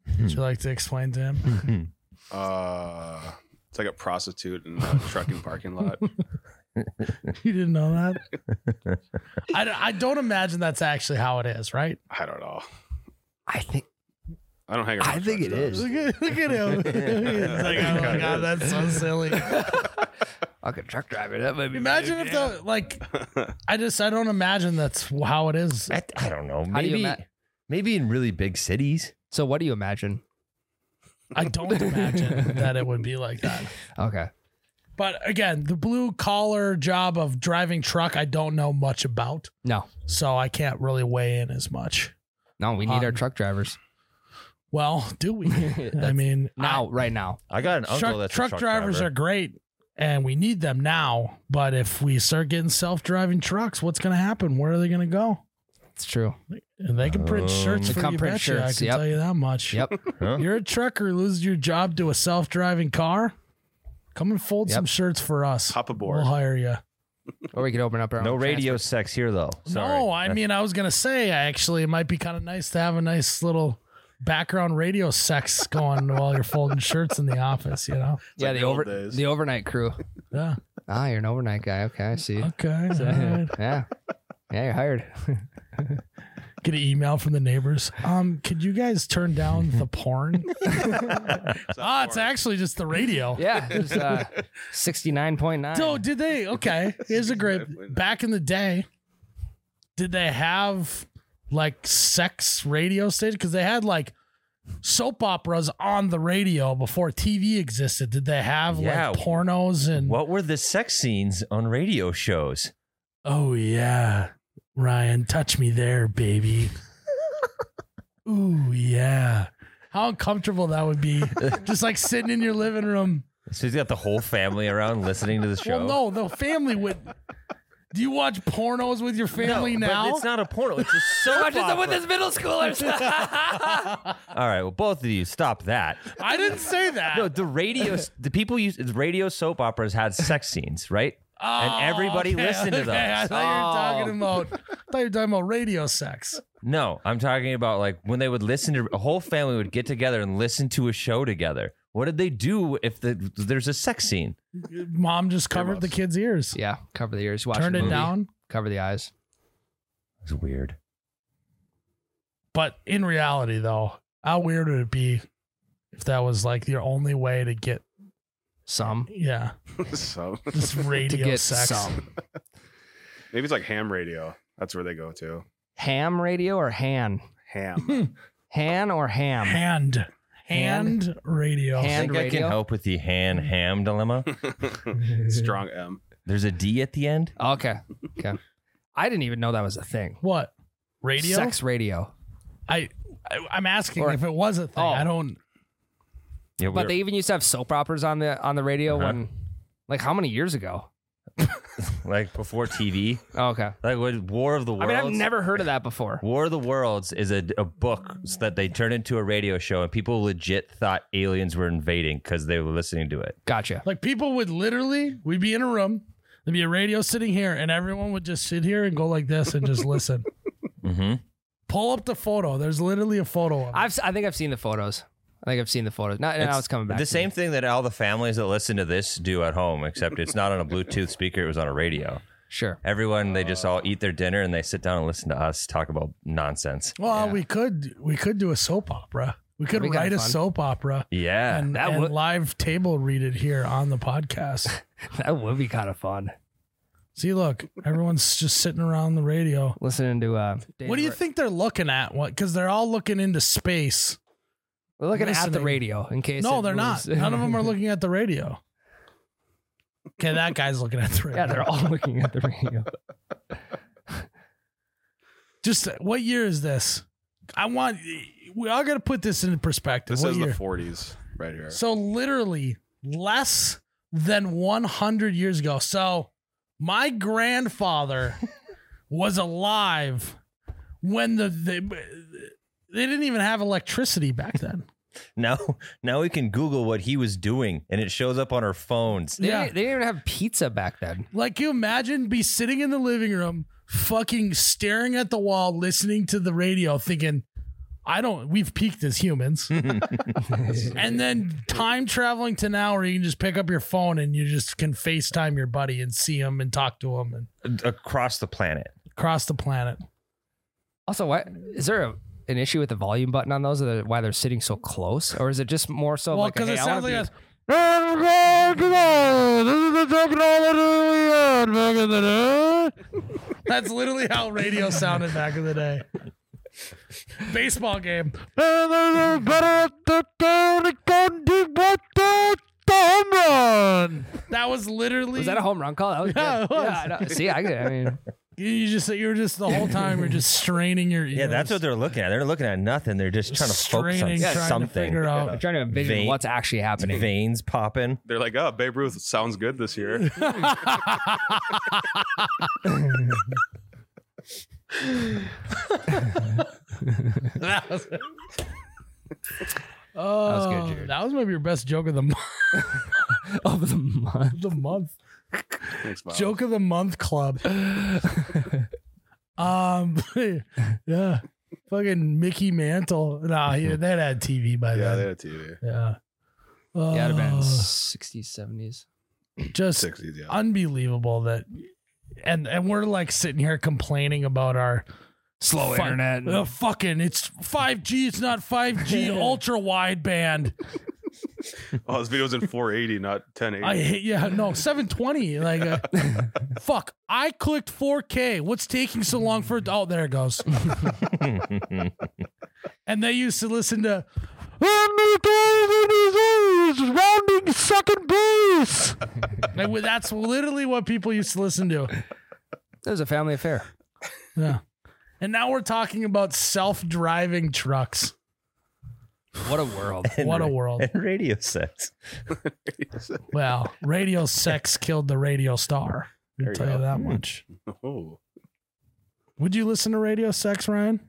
B: Hmm.
A: Would you like to explain to him?
C: Uh, it's like a prostitute in a trucking parking lot.
A: You didn't know that? I, don't- I don't imagine that's actually how it is, right?
C: I don't know.
D: I think
C: I don't hang around.
D: I think
C: truck
D: it is.
C: drivers.
A: Look at, look at him. He's like, oh my God, that's so silly.
D: fucking truck driver. That might be
A: Imagine if the, like, I just, I don't imagine that's how it is.
B: I, I don't know.
D: How do you
B: Maybe
D: ima-
B: maybe in really big cities.
D: So what do you imagine?
A: I don't imagine that it would be like that.
D: Okay.
A: But again, the blue collar job of driving truck, I don't know much about.
D: No.
A: So I can't really weigh in as much.
D: No, we need our
A: Um,
D: truck drivers.
A: Well, do we? I
D: That's-
A: mean,
D: now, right now.
B: I got an
A: I-
B: uncle
A: truck,
B: that's a
A: truck drivers
B: driver.
A: are great and we need them now. But if we start getting self driving trucks, what's going to happen? Where are they going to go?
D: It's true.
A: And they can print
B: Um,
A: shirts
D: They
A: for
D: can
A: you,
D: print
A: betcha, I
D: shirts,
A: can
D: yep.
A: tell you that much.
D: Yep.
B: Huh?
A: You're a trucker, lose your job to a self driving car. Come and fold
D: Yep.
A: some shirts for us.
C: Hop aboard.
A: We'll hire you.
D: or we could open up our
B: No
D: own
B: radio sex here though. Sorry.
A: No, I mean, I was gonna say, I actually, it might be kind of nice to have a nice little background radio sex going while you're folding shirts in the office. You know?
D: trans- Yeah,
C: like
D: the
C: the old
D: over
C: days.
D: the overnight crew.
A: Yeah.
D: Ah, you're an overnight guy. Okay, I see.
A: Okay. all right.
D: yeah. Yeah, you're hired.
A: Get an email from the neighbors. Um, could you guys turn down the porn? Ah, it's actually just the radio.
D: Yeah. It was, uh, 69.9.
A: So did they? Okay, here's a great.
C: Exactly.
A: Back in the day, did they have like sex radio station? Because they had like soap operas on the radio before TV existed. Did they have
B: Yeah.
A: like pornos and?
B: What were the sex scenes on radio shows?
A: Oh yeah, Ryan, touch me there, baby. Ooh yeah. How uncomfortable that would be. Just like sitting in your living room.
B: So he's got the whole family around listening to the show.
A: Well, no, the family would. Do you watch pornos with your family
B: but
A: now?
B: it's not a porno. It's just so.
D: Watch this with this middle schoolers.
B: All right. Well, both of you stop that.
A: I didn't say that.
B: No, the radio, the people use the radio soap operas had sex scenes, right?
A: Oh,
B: and everybody
A: okay,
B: listened to
A: okay.
B: those.
A: I thought
B: Oh.
A: you were talking about. I thought you were talking about radio sex.
B: No, I'm talking about like when they would listen to a whole family would get together and listen to a show together. What did they do if the, there's a sex scene?
A: Mom just covered the kids' ears.
D: yeah, cover the ears. Watch
A: Turned
D: the
A: it
D: movie,
A: down.
D: Cover the eyes.
B: It's weird.
A: But in reality, though, how weird would it be if that was like your only way to get,
D: Some
A: yeah,
C: so
A: this
D: to
A: radio
D: get
A: sex?
D: some
C: maybe it's like ham radio. That's where they go to.
D: ham radio or Han,
C: Ham.
D: Han or ham.
A: Hand.
D: Um, Hand?
A: Hand, radio.
B: I
D: Hand
B: think I
D: radio?
B: can help with the hand ham dilemma.
C: Strong M.
B: There's a D at the end.
D: Okay, okay. I didn't even know that was a thing.
A: What? Radio?
D: Sex radio.
A: I, I I'm asking
D: Or-
A: if it was a thing.
D: Oh.
A: I don't
B: Yeah,
D: But they
B: we're-
D: even used to have soap operas on the on the radio
B: Uh-huh.
D: when, like, how many years ago?
B: like before TV,
D: Oh, okay.
B: like what War of the Worlds.
D: I mean, I've never heard of that before.
B: War of the Worlds is a, a book that they turned into a radio show, and people legit thought aliens were invading because they were listening to it.
D: Gotcha.
A: like people would literally we'd be in a room, there'd be a radio sitting here, and everyone would just sit here and go like this and just listen.
B: Mm-hmm.
A: Pull up the photo. There's literally a photo of it.
D: I've s- I think I've seen the photos. I think I've seen the photos. Now, now it's coming back.
B: The
D: to
B: same
D: me.
B: thing that all the families that listen to this do at home, except it's not on a Bluetooth speaker; it was on a radio.
D: Sure.
B: Everyone, they just all
A: Uh.
B: eat their dinner and they sit down and listen to us talk about nonsense.
A: well,
D: yeah.
A: we could we could do a soap opera. We could
D: That'd be
A: write
D: kinda
A: a
D: fun.
A: soap opera
B: Yeah,
A: and,
D: that
A: and
D: would-
A: live table read it here on the podcast.
D: That would be kind of fun.
A: See, look, everyone's just sitting around the radio.
D: Listening to uh, Dana
A: What do you
D: Ra-
A: think they're looking at? What? Because they're all looking into space.
D: We're looking at the
A: Listening.
D: radio in case.
A: no,
D: it
A: they're
D: moves.
A: not. None of them are looking at the radio. Okay, that guy's looking at the radio.
D: yeah, they're all looking at the radio.
A: Just uh, what year is this? I want. We are going to put this into perspective.
C: This
A: What
C: is
A: year?
C: the 40s right here.
A: so literally less than 100 years ago. So my grandfather was alive when the they, they didn't even have electricity back then.
B: now now we can Google what he was doing, and it shows up on our phones.
D: They,
A: Yeah.
D: didn't, they didn't even have pizza back then.
A: Like you imagine be sitting in the living room, fucking staring at the wall, listening to the radio, thinking, I don't we've peaked as humans. and then time traveling to now where you can just pick up your phone and you just can FaceTime your buddy and see him and talk to him and
B: across the planet.
A: across the planet.
D: Also, why is there a, an issue with the volume button on those? Or the, why they're sitting so close? Or is it just more so
A: well,
D: like?
A: because
D: Because
A: it
D: hey, I
A: sounds like
D: wanna
A: a,
D: be-
A: that's literally how radio sounded back in the day. Baseball game. That was literally
D: Was that a home run call? That was
A: Yeah,
D: good.
A: it was.
D: I know. see, I, could- I mean,
A: You just you were just the whole time you're just straining your ears.
B: Yeah, that's what they're looking at. They're looking at nothing. They're just trying to focus on
A: Straining, trying to
B: something.
A: figure out-
D: I'm trying to envision
B: Vein-
D: what's actually happening.
B: Veins popping.
C: They're like, oh, Babe Ruth sounds good this year.
A: that was.
D: was good,
A: Oh,
D: Jared.
A: that was maybe your best joke of the month.
D: Over the month.
A: The month
C: Thanks, Bob.
A: joke of the month club. um, yeah, fucking Mickey Mantle. Nah, he, that had TV by
C: Yeah, they
A: then.
C: had TV.
A: Yeah.
D: Yeah, it'd have been
A: Oh,
D: 60s, 70s.
A: just
C: 60s, yeah.
A: unbelievable that, and and we're like sitting here complaining about our
D: Slow
A: Fuck.
D: internet.
A: Uh, fucking, it's 5G. It's not 5G ultra wideband.
C: Oh, this video's in 480, not 1080.
A: I hate, yeah, no, 720. Like, uh, fuck, I clicked 4K. What's taking so long for Oh, there it goes. and they used to listen to
E: rounding second base.
A: like, well, that's literally what people used to listen to.
D: It was a family affair.
A: Yeah. And now we're talking about self-driving trucks.
D: What a world.
A: What a world.
B: And radio sets.
A: Well, radio sex killed the radio star.
C: There
A: I'll
C: you
A: tell you
C: go. Hmm.
A: that much.
C: oh,
A: Would you listen to Radio Sex, Ryan?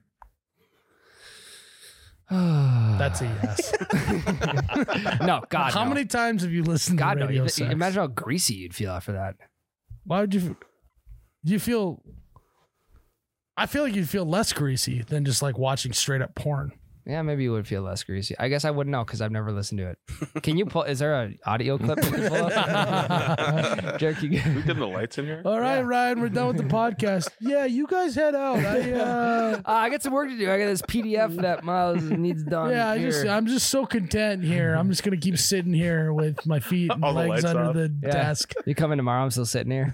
D: That's
A: That's a yes.
D: no God.
A: How
D: no.
A: many times have you listened
D: God
A: to
D: no?
A: Radio
D: You-
A: Sex?
D: Imagine how greasy you'd feel after that.
A: Why would you? Do you feel? I feel like you'd feel less greasy than just like watching straight up porn.
D: Yeah, maybe it would feel less greasy. I guess I wouldn't know because I've never listened to it. Can you pull? Is there an audio clip? we can pull up? Jerk, you.
C: We dim the lights in here.
A: All right,
D: Yeah.
A: Ryan, we're done with the podcast. Yeah, you guys head out. I, uh,
D: Uh, I got some work to do. I got this PDF that Miles needs done.
A: yeah, I just
D: here.
A: I'm just so content here. I'm just gonna keep sitting here with my feet and
C: All the
A: legs
C: lights
A: under
C: off.
A: the
D: Yeah.
A: desk.
D: You coming tomorrow? I'm still sitting here.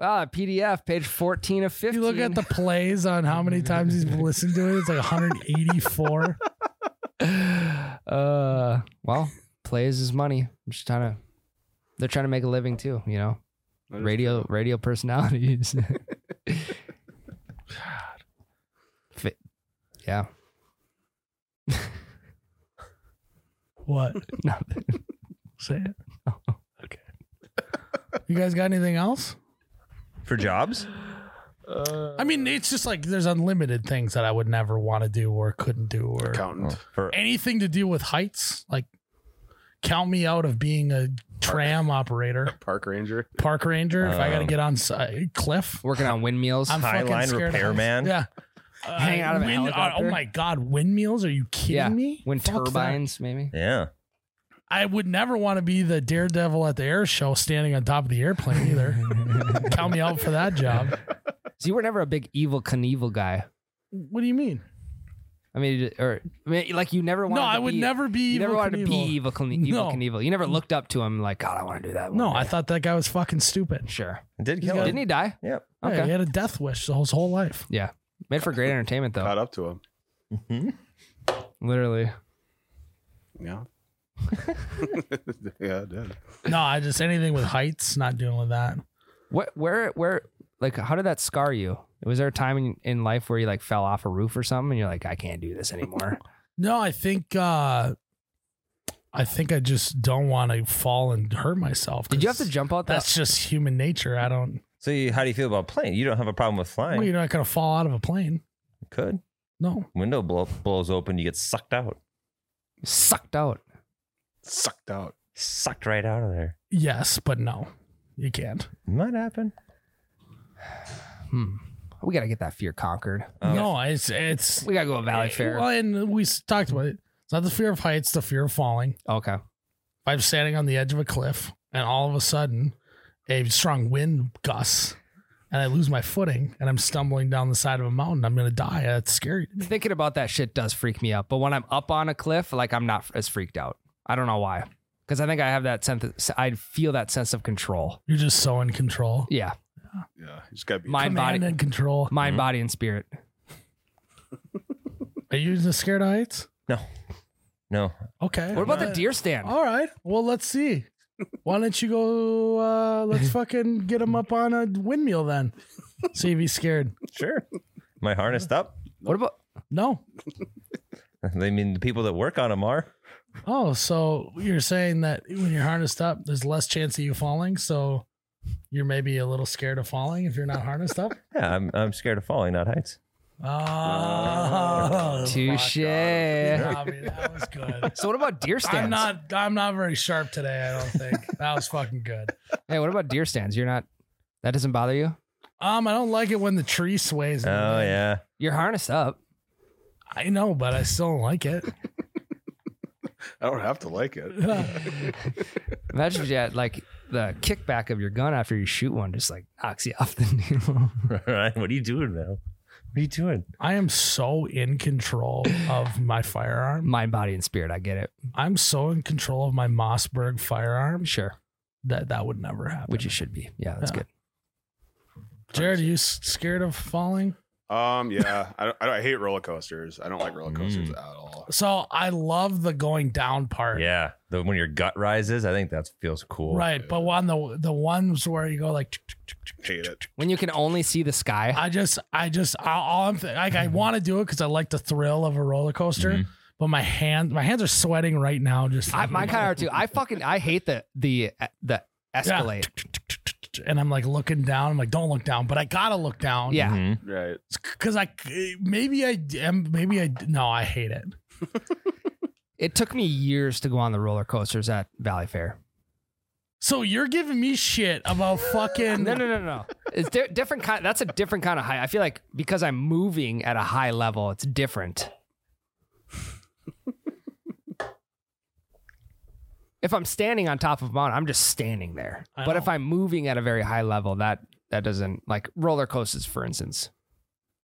D: ah, PDF, page 14 of 15.
A: You look at the plays on how many times he's listened to it. It's like 184.
D: uh, well, plays is money. I'm just trying to. They're trying to make a living too, you know. Radio, radio personalities. Fi- yeah,
A: What?
D: nothing.
A: Say it. Okay. You guys got anything else?
B: for jobs.
A: I mean, it's just like there's unlimited things that I would never want to do or couldn't do or
C: accountant.
B: For
A: anything to do with heights. Like, count me out of being a tram operator,
C: Park ranger.
A: park ranger. if I got to
B: Um,
A: get on side cliff,
D: Working on windmills.
A: I'm
B: High
A: fucking
B: line
A: scared of heights.
B: repairman?
A: Yeah.
D: Hang out of a
A: wind-
D: helicopter?
A: oh my god, windmills? Are you kidding
D: Yeah,
A: me?
D: Wind
A: Fuck that.
D: turbines, maybe.
B: yeah,
A: I would never want to be the daredevil at the air show standing on top of the airplane either. Count me out for that job.
D: So you were never a big evil Knievel guy.
A: What do you mean?
D: I mean, or I mean, like you never wanted.
A: No,
D: to
A: I would
D: be,
A: never be
D: You never
A: evil
D: wanted to be
A: Knievel.
D: evil, Knie- evil
A: No.
D: Knievel. You never looked up to him like, God, I want to do that. one
A: No, I
D: day."
A: thought that guy was fucking stupid.
D: sure.
B: it did
A: He's
B: kill
A: got-
B: him.
D: Didn't he die?
B: Yep.
A: Yeah,
D: Okay.
A: he had a death wish his whole life.
D: Made for great entertainment though.
C: Caught up to him.
B: Mm-hmm.
D: Literally.
C: Yeah. yeah, I did.
A: No, I just anything with heights, not dealing with that.
D: What? Where? Where? Like, how did that scar you? Was there a time in, in life where you like fell off a roof or something, and you're like, I can't do this anymore?
A: No, I think uh I think I just don't want to fall and hurt myself.
D: did you have
A: 'cause
D: to jump out that?
A: That's just human nature. I don't.
B: So you, how do you feel about plane? You don't have a problem with flying.
A: Well, you're not gonna fall out of a plane.
B: You could
A: No.
B: window blow, blows open, you get sucked out,
D: Sucked out.
C: Sucked out.
B: sucked right out of there.
A: Yes, but no. You can't.
B: Might happen.
D: Hmm. We gotta get that fear conquered.
B: Um,
A: no, it's it's
D: We gotta go to Valley Fair.
A: Well, and we s- talked about it. It's not the fear of heights, the fear of falling.
D: Okay.
A: If I'm standing on the edge of a cliff and all of a sudden a strong wind gusts and I lose my footing and I'm stumbling down the side of a mountain, I'm gonna die. That's scary.
D: Thinking about that shit does freak me out. But when I'm up on a cliff, like I'm not as freaked out. I don't know why. Because I think I have that sense. I feel that sense of control.
A: You're just so in control.
D: Yeah,
C: Yeah. You just gotta be
D: My
A: Command
D: body-
A: and control.
D: mind,
B: Mhm.
D: body, and spirit.
A: Are you just scared of heights?
B: no,
A: Okay.
D: What about the
A: Uh,
D: deer stand?
A: All right. Well, let's see. Why don't you go? Uh, let's fucking get him up on a windmill then. See if he's scared.
B: sure. Am I harnessed up?
D: What about?
A: No.
B: I mean, the people that work on them are.
A: Oh, so you're saying that when you're harnessed up, there's less chance of you falling. So you're maybe a little scared of falling if you're not harnessed up.
B: Yeah, I'm, I'm scared of falling, not heights.
A: Oh,
D: Touche.
A: fuck.
D: So
A: Tommy, that was good.
D: what about deer stands?
A: I'm not. I'm not very sharp today. I don't think that was fucking good.
D: Hey, what about deer stands? You're not. That doesn't bother you.
A: Um, I don't like it when the tree sways.
B: Oh
A: in the wind.
B: yeah,
D: You're harnessed up.
A: I know, but I still don't like it.
C: I don't have to like it.
D: Imagine if you had like the kickback of your gun after you shoot one, just like knocks you off the needle.
B: Ryan, what are you doing now? What are you doing?
A: I am so in control of my firearm.
D: Mind, body, and spirit. I get it.
A: I'm so in control of my Mossberg firearm
D: Sure,
A: that that would never happen.
D: which you should be. Yeah, that's
A: Yeah.
D: good.
A: Jared, are you s- scared of falling?
C: Um, yeah, I, don't, I, don't- I hate roller coasters. I don't like roller coasters
B: Mm.
C: at all.
A: So I love the going down part.
B: Yeah, the, when your gut rises, I think that feels cool.
A: Right, but on the the ones where you go like, tick, tick, tick, tick,
C: Hate it.
D: When you can only see the sky.
A: I just, I just, I, all I'm th- like, I
B: Mm-hmm.
A: want to do it because I like the thrill of a roller coaster.
B: Mhm.
A: But my hand, my hands are sweating right now. Just
D: I,
A: thinking
D: my
A: about
D: kind
A: it.
D: are too. I fucking I hate the the the escalate.
A: and I'm like looking down. I'm like, don't look down, but I gotta look down.
D: Yeah.
B: Mhm.
C: Right.
A: because I maybe I am maybe I no I hate it.
D: It took me years to go on the roller coasters at Valley Fair.
A: So you're giving me shit about fucking
D: No, no, no, no. It's di- different kind. That's a different kind of high. I feel like because I'm moving at a high level, it's different. if I'm standing on top of a mountain, I'm just standing there.
A: I
D: But
A: know.
D: if I'm moving at a very high level, that that doesn't like roller coasters, for instance.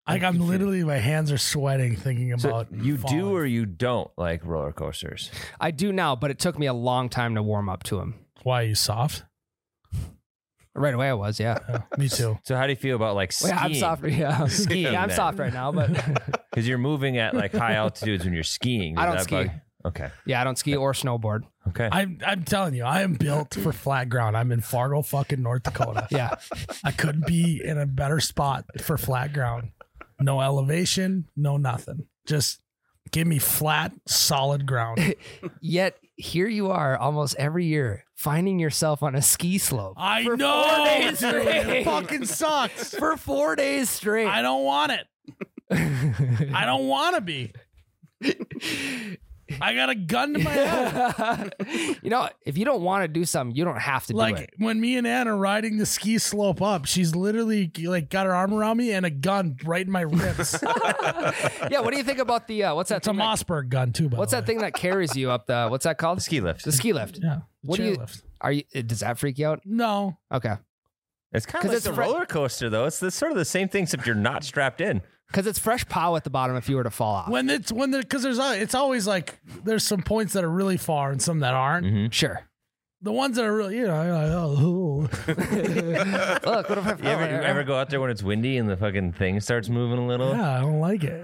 A: Like I'm literally, my hands are sweating thinking
B: So
A: about.
B: you
A: falling.
B: do or you don't like roller coasters.
D: I do now, but it took me a long time to warm up to them.
A: why are you soft?
D: Right away, I was yeah.
A: Yeah, Oh, me too.
B: So how do you feel about like
D: Wait,
B: skiing?
D: I'm soft. Yeah,
B: Skiing,
D: yeah, I'm
B: then.
D: soft right now, but
B: Because you're moving at like high altitudes when you're skiing.
D: I
B: Does
D: don't
B: that
D: ski.
B: bug- Okay.
D: yeah, I don't ski or snowboard.
B: Okay.
A: I'm I'm telling you, I am built for flat ground. I'm in Fargo, fucking North Dakota.
D: Yeah,
A: I couldn't be in a better spot for flat ground. No elevation, no nothing. Just give me flat, solid ground.
D: Yet here you are almost every year finding yourself on a ski slope
A: I
D: For
A: know
D: four days
A: dude,
D: straight.
A: it fucking sucks.
D: for four days straight.
A: I don't want it. I don't want to be. I got a gun to my head.
D: you know, if you don't want to do something, you don't have to do
A: Like
D: it.
A: when me and Ann are riding the ski slope up, she's literally like got her arm around me and a gun right in my ribs.
D: Yeah, what do you think about the uh, what's that?
A: it's a
D: thing that-
A: Mossberg gun too. By
D: what's
A: the
D: that thing that carries you up the what's that called?
B: The ski lift.
D: The ski lift.
A: Yeah. the
D: What do you-
A: chairlift.
D: Are you? Does that freak you out?
A: No,
D: Okay,
B: It's kind of
D: 'Cause
B: like
D: it's
B: the
D: fre-
B: roller coaster though. It's the, sort of the same thing except you're not strapped in.
D: because it's fresh pow at the bottom. If you were to fall off,
A: when it's when there because there's a- it's always like there's some points that are really far and some that aren't.
B: Mm-hmm.
D: sure.
A: The ones that are really you know you're like, oh, oh.
D: Look, what if I
B: You ever, you ever go out there when it's windy and the fucking thing starts moving a little?
A: yeah, I don't like it.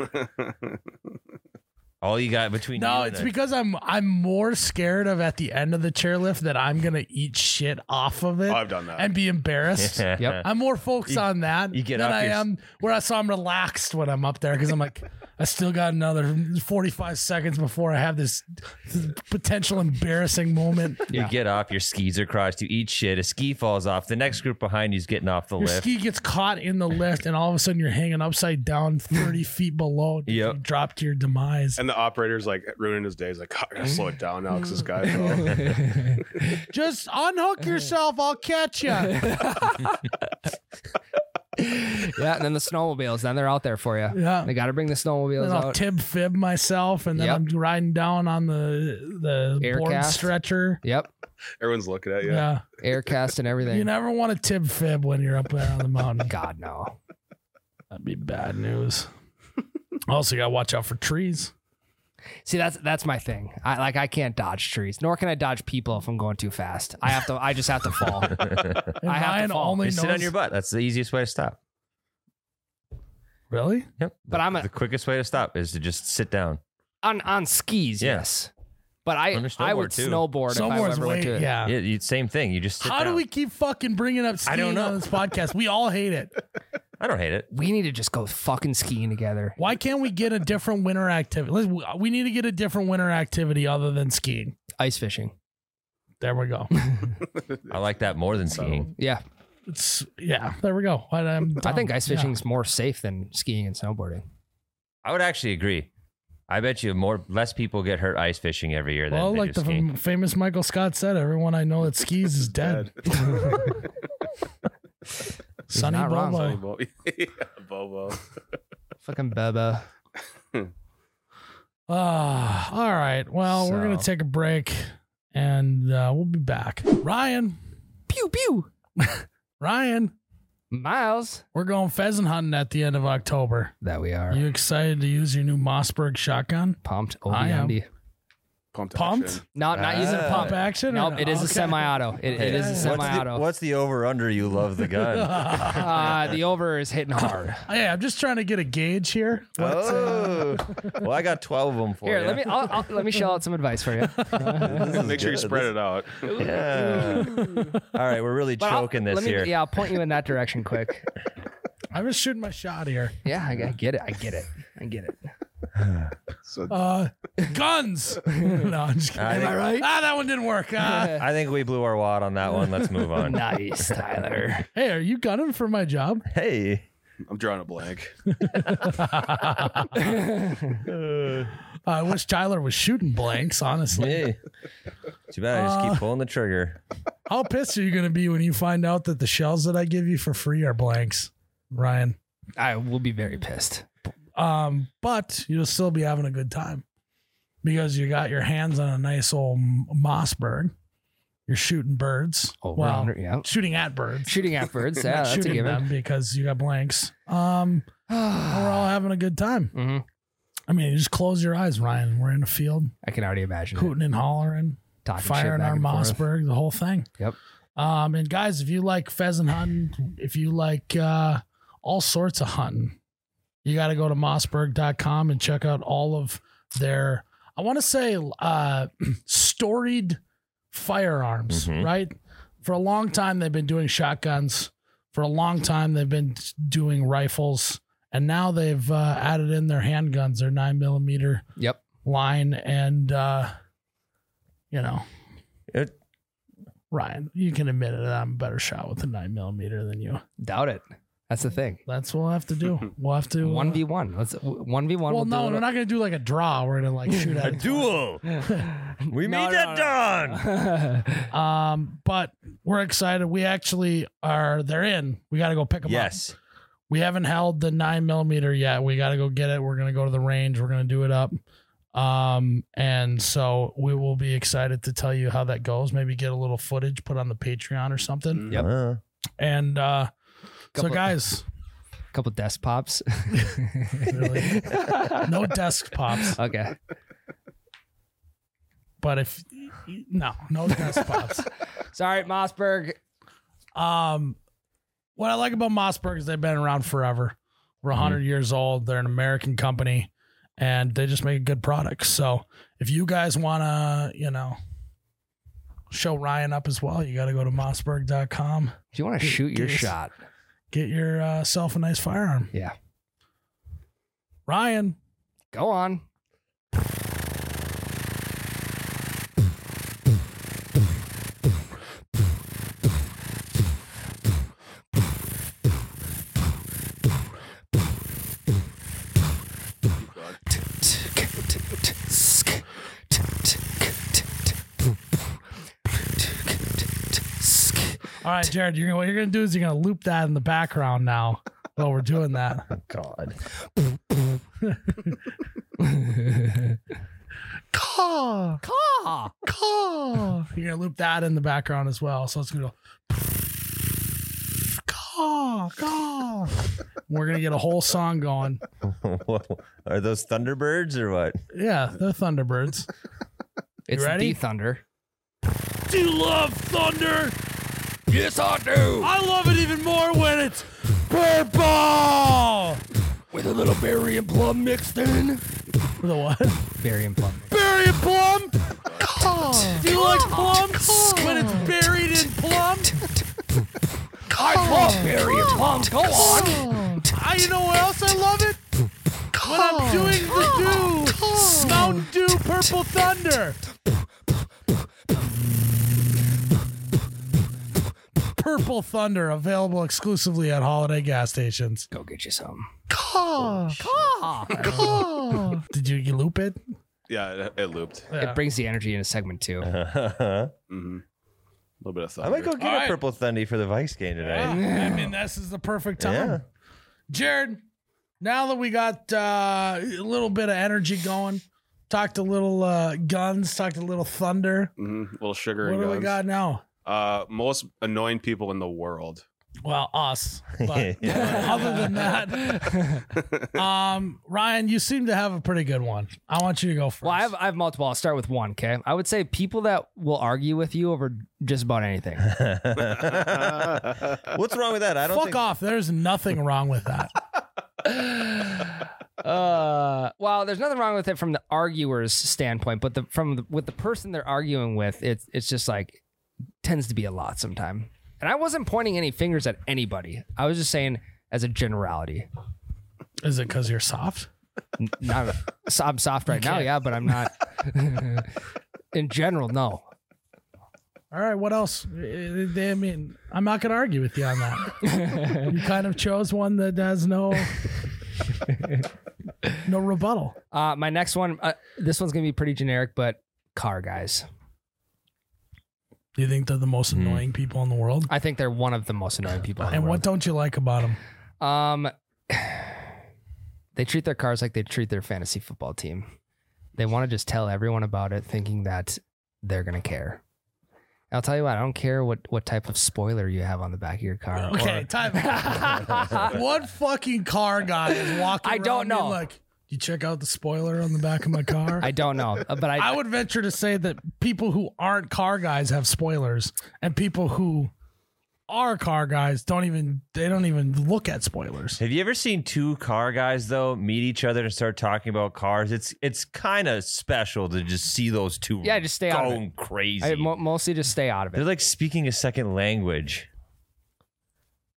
B: All you got between
A: No,
B: you and
A: it's
B: the-
A: because I'm I'm more scared of at the end of the chairlift that I'm gonna eat shit off of it
C: Oh, I've done that.
A: and be embarrassed.
D: Yep.
A: I'm more focused
B: You-
A: on that
B: you get
A: than
B: off
A: I
B: your s-
A: am where I so I'm relaxed when I'm up there because I'm like I still got another 45 seconds before I have this potential embarrassing moment.
B: You get off, your skis are crossed, you eat shit, a ski falls off, the next group behind you's getting off the
A: Your
B: lift.
A: ski gets caught in the lift, and all of a sudden you're hanging upside down 30 feet below.
B: Yep.
A: You dropped your demise.
C: And the operator's like ruining his day. He's like, "God, I gotta slow it down now because this guy fell."
A: Just
D: Uh-huh.
A: unhook yourself. I'll catch you.
D: yeah, and then the snowmobiles. Then they're out there for you.
A: Yeah.
D: They got to bring the snowmobiles
A: Then I'll
D: out.
A: tib fib myself, and then
D: Yep.
A: I'm riding down on the the
D: Air
A: board
D: cast.
A: stretcher.
D: yep,
C: Everyone's looking at you.
A: Yeah.
D: air cast and everything.
A: you never want to tib fib when you're up there on the mountain.
D: God no.
A: That'd be bad news. also, you gotta watch out for trees.
D: See, that's that's my thing. I like I can't dodge trees, nor can I dodge people if I'm going too fast. I have to. I just have to fall.
A: And
D: I have to
A: Ryan
D: fall.
A: only
B: You
A: knows.
B: sit on your butt. That's the easiest way to stop.
A: really?
B: Yep.
D: But I'm a-
B: the quickest way to stop is to just sit down.
D: on on skis,
B: Yeah.
D: yes. But I
B: On a
D: I
B: snowboard,
D: would
B: too.
D: snowboard if I
A: Somewhere's
D: ever went
A: way.
D: to it.
A: Yeah.
B: Yeah, you, same thing. You just sit
A: How do
B: down.
A: we keep fucking bringing up skiing
B: I don't know.
A: on this podcast? We all hate it.
B: I don't hate it.
D: We need to just go fucking skiing together.
A: Why can't we get a different winter activity? Listen, we- We need to get a different winter activity other than skiing.
D: Ice fishing.
A: There we go.
B: I like that more than skiing.
D: Yeah.
A: It's yeah. There we go. I, am
D: I think ice
A: Oh, Yeah.
D: fishing's more safe than skiing and snowboarding.
B: I would actually agree. I bet you more less people get hurt ice fishing every year than
A: Well,
B: they
A: like
B: do
A: the
B: skiing.
A: fam- famous Michael Scott said, everyone I know that skis is dead. Sonny
D: not wrong.
A: Bobo.
C: Bobo. yeah, Bobo.
D: Fucking bubba.
A: Ah, all right. Well, we're gonna
D: So-
A: take a break, and uh, we'll be back. Ryan,
D: Pew pew.
A: Ryan,
D: Miles.
A: we're going pheasant hunting at the end of October.
D: That we are.
A: you excited to use your new Mossberg shotgun?
D: Pumped.
A: I am.
D: OBMD.
C: Pumped.
A: Pumped?
C: action.
D: Not not using a
B: Ah.
A: Pump
D: pump.
A: action?
D: Uh, Nope, it is a semi-auto. It- it is
A: Okay.
D: a
A: What's
D: semi-auto.
B: over under you love the gun?
A: semi.
D: uh, the over is hitting hard.
A: hey, Oh, I'm just trying to get a gauge here. uh,
B: oh. well, I got 12 of them for
D: Here,
B: you.
D: let me I'll, I'll, let me shell out some advice for you.
C: Make sure you spread it out.
B: Yeah. All right, we're really
D: Mm. But I'll-
B: choking
D: let
B: this
D: me-
B: here.
D: Yeah, I'll point you in that direction quick.
A: I'm just shooting my shot here.
D: Yeah, I, I get it. I get it. I get it.
C: So
A: Uh, guns. no, I'm just kidding.
B: I think- Am I right?
A: Ah, that one didn't work. Ah.
B: I think we blew our wad on that one. Let's move on.
D: Nice, Tyler.
A: hey, are you gunning for my job?
B: Hey.
C: I'm drawing a blank.
A: I wish Tyler was shooting blanks, honestly.
B: Hey. Too bad I just
D: Uh,
B: keep pulling the trigger.
A: How pissed are you going to be when you find out that the shells that I give you for free are blanks, Ryan?
D: I will be very pissed.
A: Um, but you'll still be having a good time. because you got your hands on a nice old m- moss bird. You're shooting birds.
D: Over
A: well,
D: under, Oh, yeah.
A: shooting at birds.
D: Shooting at birds.
A: not
D: Yeah, that's a
A: shooting
D: given.
A: them because you got blanks. Um, we're
D: Mm-hmm.
A: all having a good time.
D: hmm
A: I mean, you just close your eyes, Ryan. We're in a field,
D: I can already imagine. it.
A: hooting and hollering,
D: Talking shit
A: firing
D: back
A: our
D: and forth.
A: Mossberg, the whole thing.
D: Yep.
A: Um, and guys, if you like pheasant hunting, if you like uh, all sorts of hunting, you got to go to mossberg.com and check out all of their, I want to say, uh, storied firearms,
D: Mm-hmm.
B: Mhm.
A: right? For a long time, they've been doing shotguns. For a long time, they've been doing rifles. And now they've uh, added in their handguns, their nine millimeter
D: Yep.
A: line and uh you know
B: It-
A: ryan you can admit it i'm a better shot with a nine millimeter than you
D: Doubt it. That's the thing.
A: that's what we'll have to do we'll have to uh,
D: One v one. Let's one v one.
A: well no we're not gonna do like a draw we're gonna like shoot
B: A
A: at
B: duel. We
D: No,
B: made
D: no,
B: that done.
D: done.
A: um but we're excited we actually are they're in we gotta go pick them up
B: Yes.
A: we haven't held the nine millimeter yet. We got to go get it. We're gonna go to the range. We're gonna do it up. Um, and so we will be excited to tell you how that goes. Maybe get a little footage, put on the Patreon or something.
D: Yep.
B: Uh,
A: And uh, so
D: Mm-hmm. Couple-
A: guys,
D: couple desk pops.
A: Really? no desk pops,
D: okay.
A: but if no, no desk pops.
D: Sorry, Mossberg.
A: Um, what I like about Mossberg is they've been around forever. We're 100 years old. They're an American company, and they just make a good product. So if you guys want to, you know, show Ryan up as well, you got to go to mossberg.com.
D: If you want to shoot your
A: Yes.
D: shot,
A: Get yourself a nice firearm.
D: Yeah.
A: Ryan,
D: go on.
A: All right, Jared, you're gonna, what you're going to do is you're going to loop that in the background now while we're doing that.
B: God.
A: Caw,
D: Caw.
A: caw. You're going to loop that in the background as well. So it's going to go. Caw, caw. We're going to get a whole song going.
B: Are those Thunderbirds or what?
A: Yeah, they're Thunderbirds.
D: It's
A: ready?
D: the thunder.
A: Do you love thunder?
D: Yes, I do.
A: I love it even more when it's purple.
D: With a little berry and plum mixed in.
A: The what?
D: Berry and plum.
A: Berry and plum. Caw. Do you like plum when it's buried in plum?
D: I love berry and plum. Go on.
A: I, you know what else I love it? When I'm doing the Dew, Mountain Dew Purple Thunder. Purple Thunder, available exclusively at holiday gas stations.
D: Go get you some.
A: Did you, you loop it?
C: Yeah, it, it looped.
A: Yeah.
D: It brings the energy into segment two.
B: I
C: hmm A little bit of thunder.
B: might go get
A: All
B: a
A: right.
B: purple thundy for the Vice game tonight.
A: Yeah, Ah, I mean, this is the perfect time.
B: Yeah.
A: Jared, now that we got uh, a little bit of energy going, talked a little uh, guns, talked a little thunder.
C: Mhm. little sugar
A: What
C: and
A: do we
C: guns.
A: got now?
C: Uh, most annoying people in the world.
A: Well, us. But other than that, um, Ryan, you seem to have a pretty good one. I want you to go first.
D: Well, I have, I have multiple. I'll start with one, okay? I would say people that will argue with you over just about anything.
B: What's wrong with that? I don't
A: Fuck
B: think
A: off. There's nothing wrong with that.
D: uh, well, there's nothing wrong with it from the arguer's standpoint, but the, from the, with the person they're arguing with, it's it's just like tends to be a lot sometime. And I wasn't pointing any fingers at anybody. I was just saying as a generality.
A: Is it because you're soft?
D: N- Not, so I'm soft right now, yeah, but I'm not. in general, no.
A: All right, what else? I I mean, I'm not going to argue with you on that. you kind of chose one that has no no rebuttal.
D: Uh, my next one, uh, this one's gonna be pretty generic, but car guys.
A: Do you think they're the most
B: Hmm.
A: annoying people in the world?
D: I think they're one of the most annoying people. in
A: And
D: the
A: what don't you like about them?
D: what? Um, they treat their cars like they treat their fantasy football team. They want to just tell everyone about it, thinking that they're gonna care. I'll tell you what, I don't care what what type of spoiler you have on the back of your car. or-
A: Okay, time. One fucking car guy is walking.
D: I
A: around
D: don't
A: being
D: know.
A: Like, you check out the spoiler on the back of my car.
D: I don't know, but I,
A: I would venture to say that people who aren't car guys have spoilers, and people who are car guys don't even they don't even look at spoilers.
B: Have you ever seen two car guys though meet each other and start talking about cars? It's it's kind of special to just see those two.
D: Yeah, just stay out of it.
B: going crazy.
D: I mo- mostly just stay out of
B: They're
D: it.
B: like speaking a second language.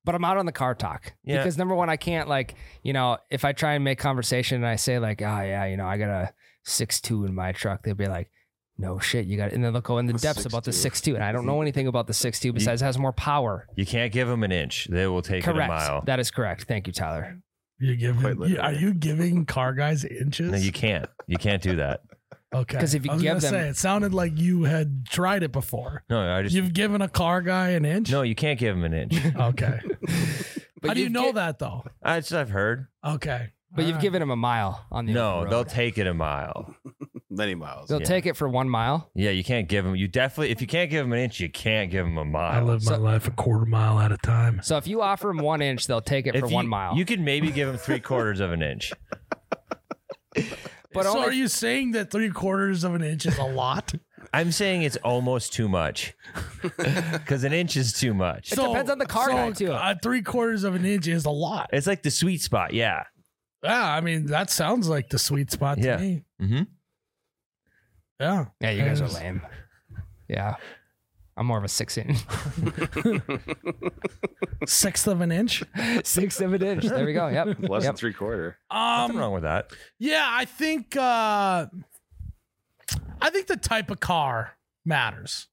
D: But I'm out on the car talk
B: Yeah.
D: because number one, I can't like you know if I try and make conversation and I say like oh yeah you know I got a six two in my truck, they'll be like. No shit, you got, and then they'll go in the
C: A
D: depths about the
C: 6'2".
D: six two, and I don't know anything about the six two besides it has more power.
B: You can't give them an inch; they will take it a mile.
D: Correct, that is correct. Thank you, Tyler.
A: You
C: Quite
A: giving?
C: literally.
A: you- Are you giving car guys inches?
B: no, you can't. You can't do that.
A: okay.
D: 'Cause if you
A: I was gonna
D: give them-
A: say, it sounded like you had tried it before.
B: No, I just
A: You've given a car guy an inch.
B: no. You can't give them an inch.
A: Okay.
D: But
A: How do you
D: you've
A: know
D: gi- Ah.
A: that though?
B: I just, I've heard.
A: Okay.
D: But you've
A: All right.
D: given them a mile on the
B: No,
D: open road.
B: they'll take it a mile.
C: Many miles.
D: They'll
B: Yeah.
D: take it for one mile.
B: Yeah, you can't give them. You definitely, if you can't give them an inch, you can't give them a
A: I
B: mile.
A: live my
D: So-
A: life a quarter mile at a time.
D: So if you offer them one inch, they'll take it
B: If
D: for
B: you,
D: one mile.
B: You could maybe give them three quarters of an inch.
D: but
A: so
D: only
A: are you saying that three quarters of an inch is a lot?
B: I'm saying it's almost too much because an inch is too much.
D: It depends on the car guy, too.
A: Uh, three quarters of an inch is a lot.
B: It's like the sweet spot. Yeah.
A: Yeah, I mean that sounds like the sweet spot to
B: Yeah.
A: me.
B: Mm-hmm.
A: Yeah.
D: Yeah, you guys are lame. Yeah. I'm more of a six inch.
A: Sixth of an inch.
D: six of an inch. There we go. Yep.
C: Less
D: yep.
C: than three quarter.
B: Nothing
A: Um
B: wrong with that.
A: yeah, I think uh I think the type of car matters.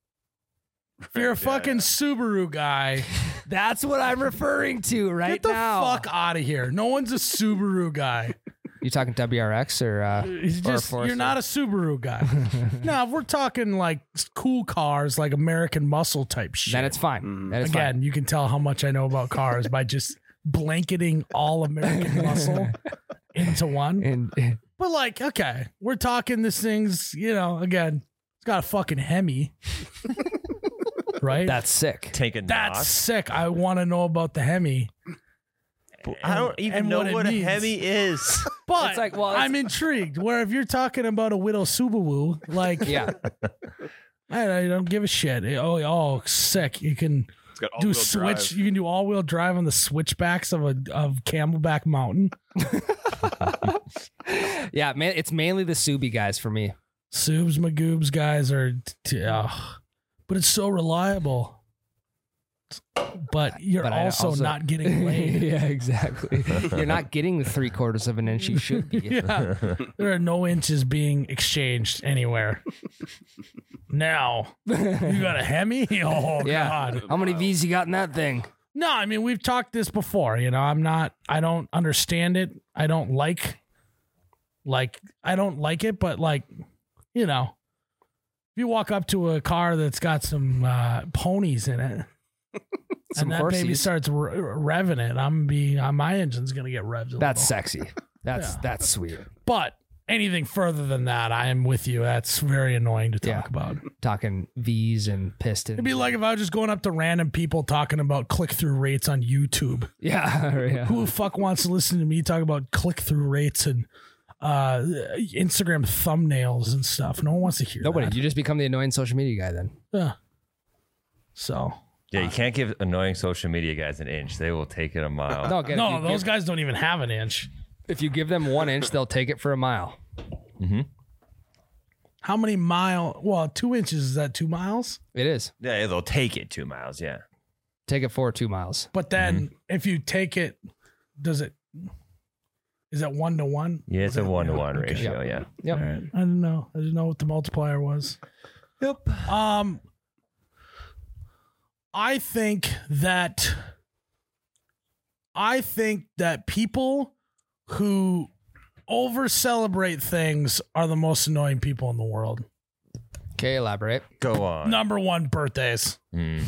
A: If you're a
C: Yeah,
A: fucking
C: yeah.
A: Subaru guy,
D: That's what I'm referring to right
A: get the
D: now.
A: fuck out of here. No one's a Subaru guy.
D: You talking WRX or uh
A: It's
D: Or a
A: just you're
D: Forester.
A: not a Subaru guy. now, if we're talking like cool cars, like American Muscle type shit.
D: then it's fine.
C: Mhm.
D: Then it's
A: Again, you can tell how much I know about cars by just blanketing all American muscle into one.
D: fine. And
A: But like, okay, we're talking this thing's, you know, again, it's got a fucking Hemi, right?
D: that's sick.
B: Take a
A: That's
B: knock.
A: sick. I want to know about the Hemi,
B: I don't even
A: and
B: know
A: what it
B: what, a
A: means.
B: heavy is.
A: but
D: It's like, well, it's-
A: I'm intrigued. Where if you're talking about a widow Subaru, like,
D: Yeah.
A: I, I don't give a shit. Oh, oh, sick. You can
C: It's got all
A: do switch.
C: Drive.
A: You can do all wheel drive on the switchbacks of a of Camelback Mountain.
D: Yeah, man, it's mainly the Subi guys for me.
A: Subs Magoobs guys are, t- ugh. but it's so reliable. But you're
D: But I
A: also,
D: also-
A: not getting laid.
D: yeah, exactly. You're not getting the three quarters of an inch you should be.
A: yeah, there are no inches being exchanged anywhere. now you got a Hemi. Oh
D: Yeah.
A: God!
D: How many V's you got in that thing?
A: No, I mean we've talked this before. You know, I'm not. I don't understand it. I don't like. Like I don't like it, but like, you know, if you walk up to a car that's got some uh, ponies in it,
D: Some
A: and that
D: horses.
A: baby starts re- revving it, I'm gonna be uh, my engine's gonna get revved. a little.
D: That's sexy. That's
A: Yeah.
D: that's sweet.
A: but anything further than that, I am with you. That's very annoying to talk
D: Yeah.
A: about.
D: Talking V's and pistons.
A: It'd be like if I was just going up to random people talking about click through rates on YouTube.
D: yeah, yeah.
A: Who the fuck wants to listen to me talk about click through rates and uh, Instagram thumbnails and stuff? No one wants to hear
D: Nobody.
A: that.
D: You just become the annoying social media guy then.
A: Yeah. So
B: Yeah, you can't give annoying social media guys an inch. They will take it a mile.
D: No, again,
A: Uh, no,
D: if, you
A: those
D: give,
A: guys don't even have an inch.
D: if you give them one inch, they'll take it for a mile.
A: How many mile? Well, two inches is that two miles?
D: It is.
B: Yeah, they'll take it two miles. Yeah.
D: Take it for two miles.
A: But then
B: Mm-hmm.
A: if you take it, does it? Is that one to one?
B: Yeah, it's a one to one
A: Okay.
B: ratio. Yeah.
D: Yep.
A: All right. I don't know. I didn't know what the multiplier was.
B: Yep.
A: Um, I think that I think that people who over celebrate things are the most annoying people in the world.
D: Okay, elaborate.
B: Go on.
A: Number one, birthdays.
B: Mm.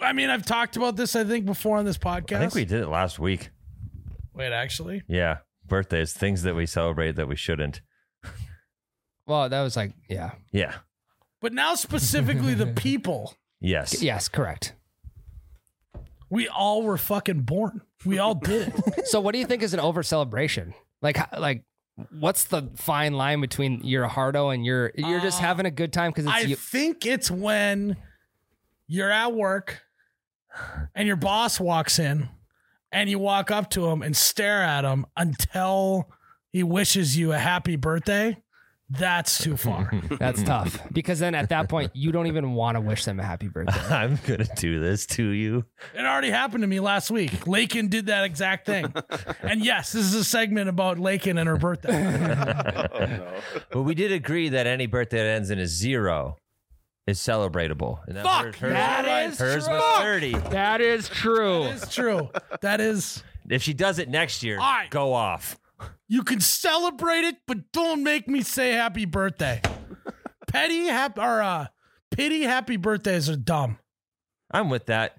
A: I mean, I've talked about this, I think, before on this podcast.
B: I think we did it last week.
A: Wait, actually,
B: Yeah. Birthdays, things that we celebrate that we shouldn't.
D: Well, that was like, yeah.
B: Yeah.
A: But now specifically the people.
B: Yes.
D: Yes, correct.
A: We all were fucking born. We all did it.
D: So what do you think is an over celebration? Like h- like what's the fine line between you're a hardo and you're you're just
A: Uh,
D: having a good time because
A: I
D: it's you.
A: think it's when you're at work and your boss walks in and you walk up to him and stare at him until he wishes you a happy birthday. That's too far.
D: That's tough because then at that point you don't even want to wish them a happy birthday.
B: I'm gonna do this to you.
A: It already happened to me last week. Lakin did that exact thing. and yes, this is a segment about Lakin and her birthday.
C: Oh, no.
B: But we did agree that any birthday that ends in a zero is celebratable. And that
A: Fuck, that is
B: hers
A: true.
B: was
A: Fuck.
B: thirty.
D: That is true.
A: it's true. That is,
B: If she does it next year,
A: All right.
B: go off.
A: you can celebrate it, but don't make me say happy birthday. Petty happy or uh, pity happy birthdays are dumb.
B: I'm with that.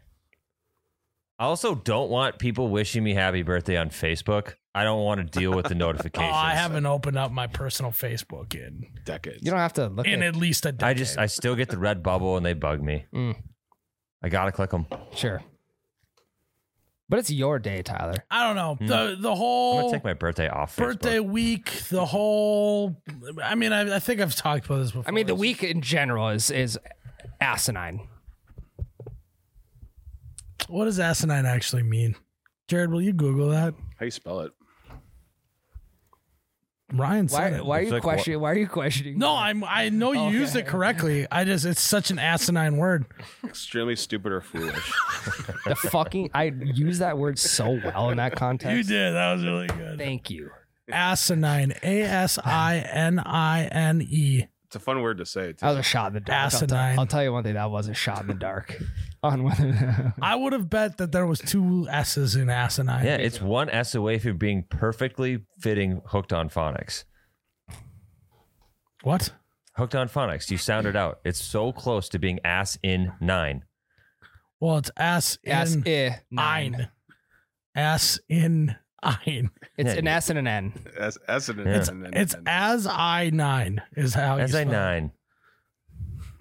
B: I also don't want people wishing me happy birthday on Facebook. I don't want to deal with the
A: Oh,
B: notifications.
A: I haven't opened up my personal Facebook in
C: Decades.
D: you don't have to look
A: in
D: at
A: at least a decade.
B: I just I still get the red bubble and they bug me.
D: Mm.
B: I gotta click them. I'm
D: Sure. But it's your day, Tyler.
A: I don't know the the
B: Hmm. gonna
A: whole
B: take my birthday off.
A: Oh, birthday
B: Facebook.
A: week. The whole. I mean, I, I think I've talked about this before.
D: I mean, the week in general is is asinine.
A: What does asinine actually mean? Jared, will you Google that?
C: How you spell it?
A: Ryan said
D: Why
A: it.
D: why are
B: It's
D: you
B: like
D: questioning? Why are you questioning?
A: No, I'm. I know you used it correctly. I just. It's such an asinine word.
C: Extremely stupid or foolish.
D: the fucking. I use that word so well in that context.
A: did. That was really good.
D: Thank you.
A: Asinine. A S I N I N E.
C: it's a fun word to say. Too.
D: That was a shot in the dark. I'll, tell-
A: Asinine.
D: I'll tell you one thing. That was a shot in the dark. On whether
A: I would have bet that there was two S's in asinine.
B: Yeah, it's one S away from being perfectly fitting hooked on phonics.
A: What?
B: Hooked on phonics. You sound it out. It's so close to being ass in nine.
A: Well, it's ass in
D: ass eh, nine.
A: ein. Ass in ein.
D: It's
B: Yeah.
D: an S and an N.
C: As, as an,
B: Yeah.
C: as an-
A: It's
C: an-
A: as I nine is how
D: Oh,
A: you
B: As I
A: spell it.
B: nine.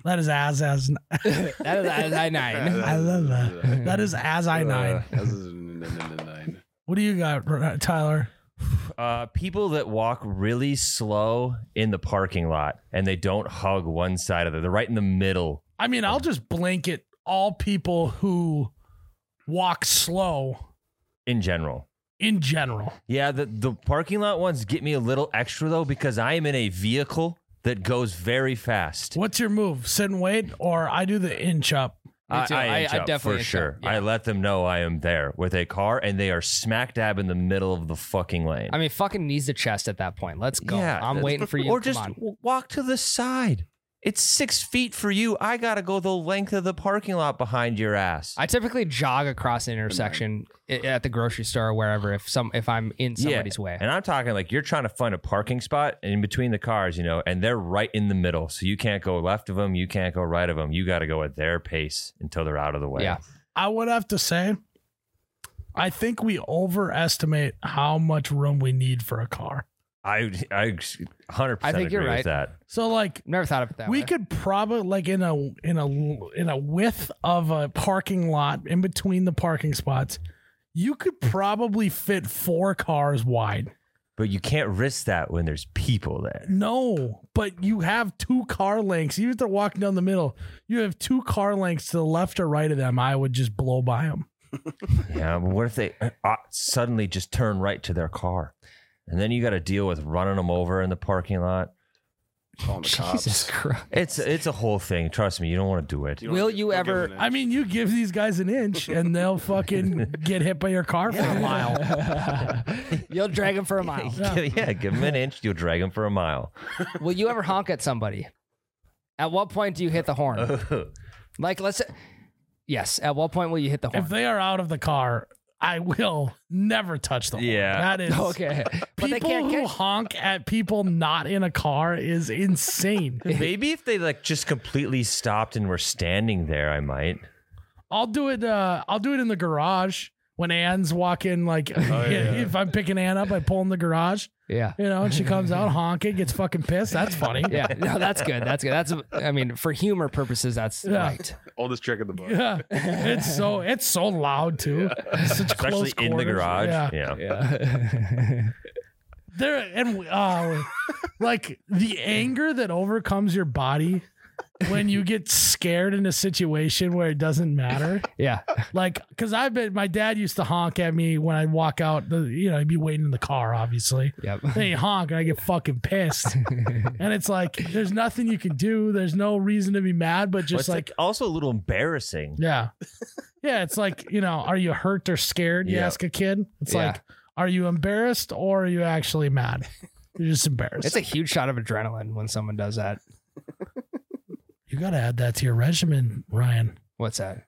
A: That is as as
D: That is as I nine.
A: I love that. That is as I nine.
C: as an- an- an- an- nine.
A: What do you got, R- Tyler?
B: Uh, people that walk really slow in the parking lot and they don't hug one side of it. They're right in the middle.
A: I mean, I'll just blanket all people who walk slow
B: in general.
A: in general.
B: Yeah, the, the parking lot ones get me a little extra though because I am in a vehicle that goes very fast.
A: What's your move? Sit and wait, or I do the inch up.
D: Me too. I-
B: inch
D: I
B: up,
D: definitely
B: for
D: inch
B: sure.
D: up, yeah.
B: I let them know I am there with a car, and they are smack dab in the middle of the fucking lane.
D: I mean, fucking knees to chest at that point. Let's go. I'm
B: that's-
D: waiting for you.
B: Or
D: Come
B: just
D: on.
B: w- walk to the side. It's six feet for you. I gotta go the length of the parking lot behind your ass.
D: I typically jog across an intersection i- at the grocery store or wherever if some if I'm in somebody's way.
B: And I'm talking like you're trying to find a parking spot in between the cars, you know, and they're right in the middle. So you can't go left of them, you can't go right of them. You got to go at their pace until they're out of the way.
D: Yeah.
A: I would have to say, I think we overestimate how much room we need for a car.
B: I I 100%
D: I
B: agree
D: think you're right.
B: with that.
A: So, like,
D: Never thought of it that
A: we
D: way.
A: could probably like in a in a in a width of a parking lot in between the parking spots, you could probably fit four cars wide.
B: But you can't risk that when there's people there.
A: No, but you have two car lengths. Even if they're walking down the middle, you have two car lengths to the left or right of them. I would just blow by them.
B: Yeah, but what if they uh, suddenly just turn right to their car? And then you got to deal with running them over in the parking lot.
C: Calling the cops.
D: Jesus Christ.
B: It's it's a whole thing. Trust me, you don't want to do it.
C: You don't
D: Will
C: give-
D: you
C: don't
D: ever-
C: give an
A: I mean, you give these guys an inch and they'll fucking get hit by your car for a mile.
D: You'll drag him for a mile.
B: yeah, give them an inch, you'll drag them for a mile.
D: Will you ever honk at somebody? At what point do you hit the
B: Uh.
D: horn? Like, let's. Yes. At what point will you hit the
A: If
D: horn?
A: they are out of the car, I will never touch them.
B: Yeah.
A: That is
D: Okay. But they
A: people
D: can't
A: who
D: catch.
A: honk at people not in a car is insane.
B: Maybe if they like just completely stopped and were standing there, I might.
A: I'll do it. Uh, I'll do it in the garage when Ann's walking, like
B: Oh,
C: yeah.
A: if I'm picking Ann up, I pull in the garage,
D: Yeah.
A: you know, and she comes out honking, gets fucking pissed. That's funny.
D: Yeah. No, that's good. That's good. That's, I mean, for humor purposes, that's
A: Yeah.
D: right.
C: Oldest trick in the book.
A: Yeah. It's so it's so loud too. Such
B: especially
A: close
B: in the
A: quarters.
B: garage.
A: Yeah.
B: yeah.
D: Yeah.
A: There and uh like the anger that overcomes your body when you get scared in a situation where it doesn't matter.
D: yeah.
A: Like, cause I've been, my dad used to honk at me when I'd walk out, the, you know, he'd be waiting in the car, obviously.
D: Yep.
A: Then he honk and I get fucking pissed. and it's like, there's nothing you can do. There's no reason to be mad, but
B: Well,
A: just
B: it's like,
A: like,
B: also a little embarrassing.
A: yeah. Yeah. It's like, you know, are you hurt or scared? You
B: Yeah.
A: ask a kid. It's
D: Yeah.
A: like, are you embarrassed or are you actually mad? You're just embarrassed.
D: It's a huge shot of adrenaline when someone does that.
A: you got to add that to your regimen, Ryan.
D: What's that?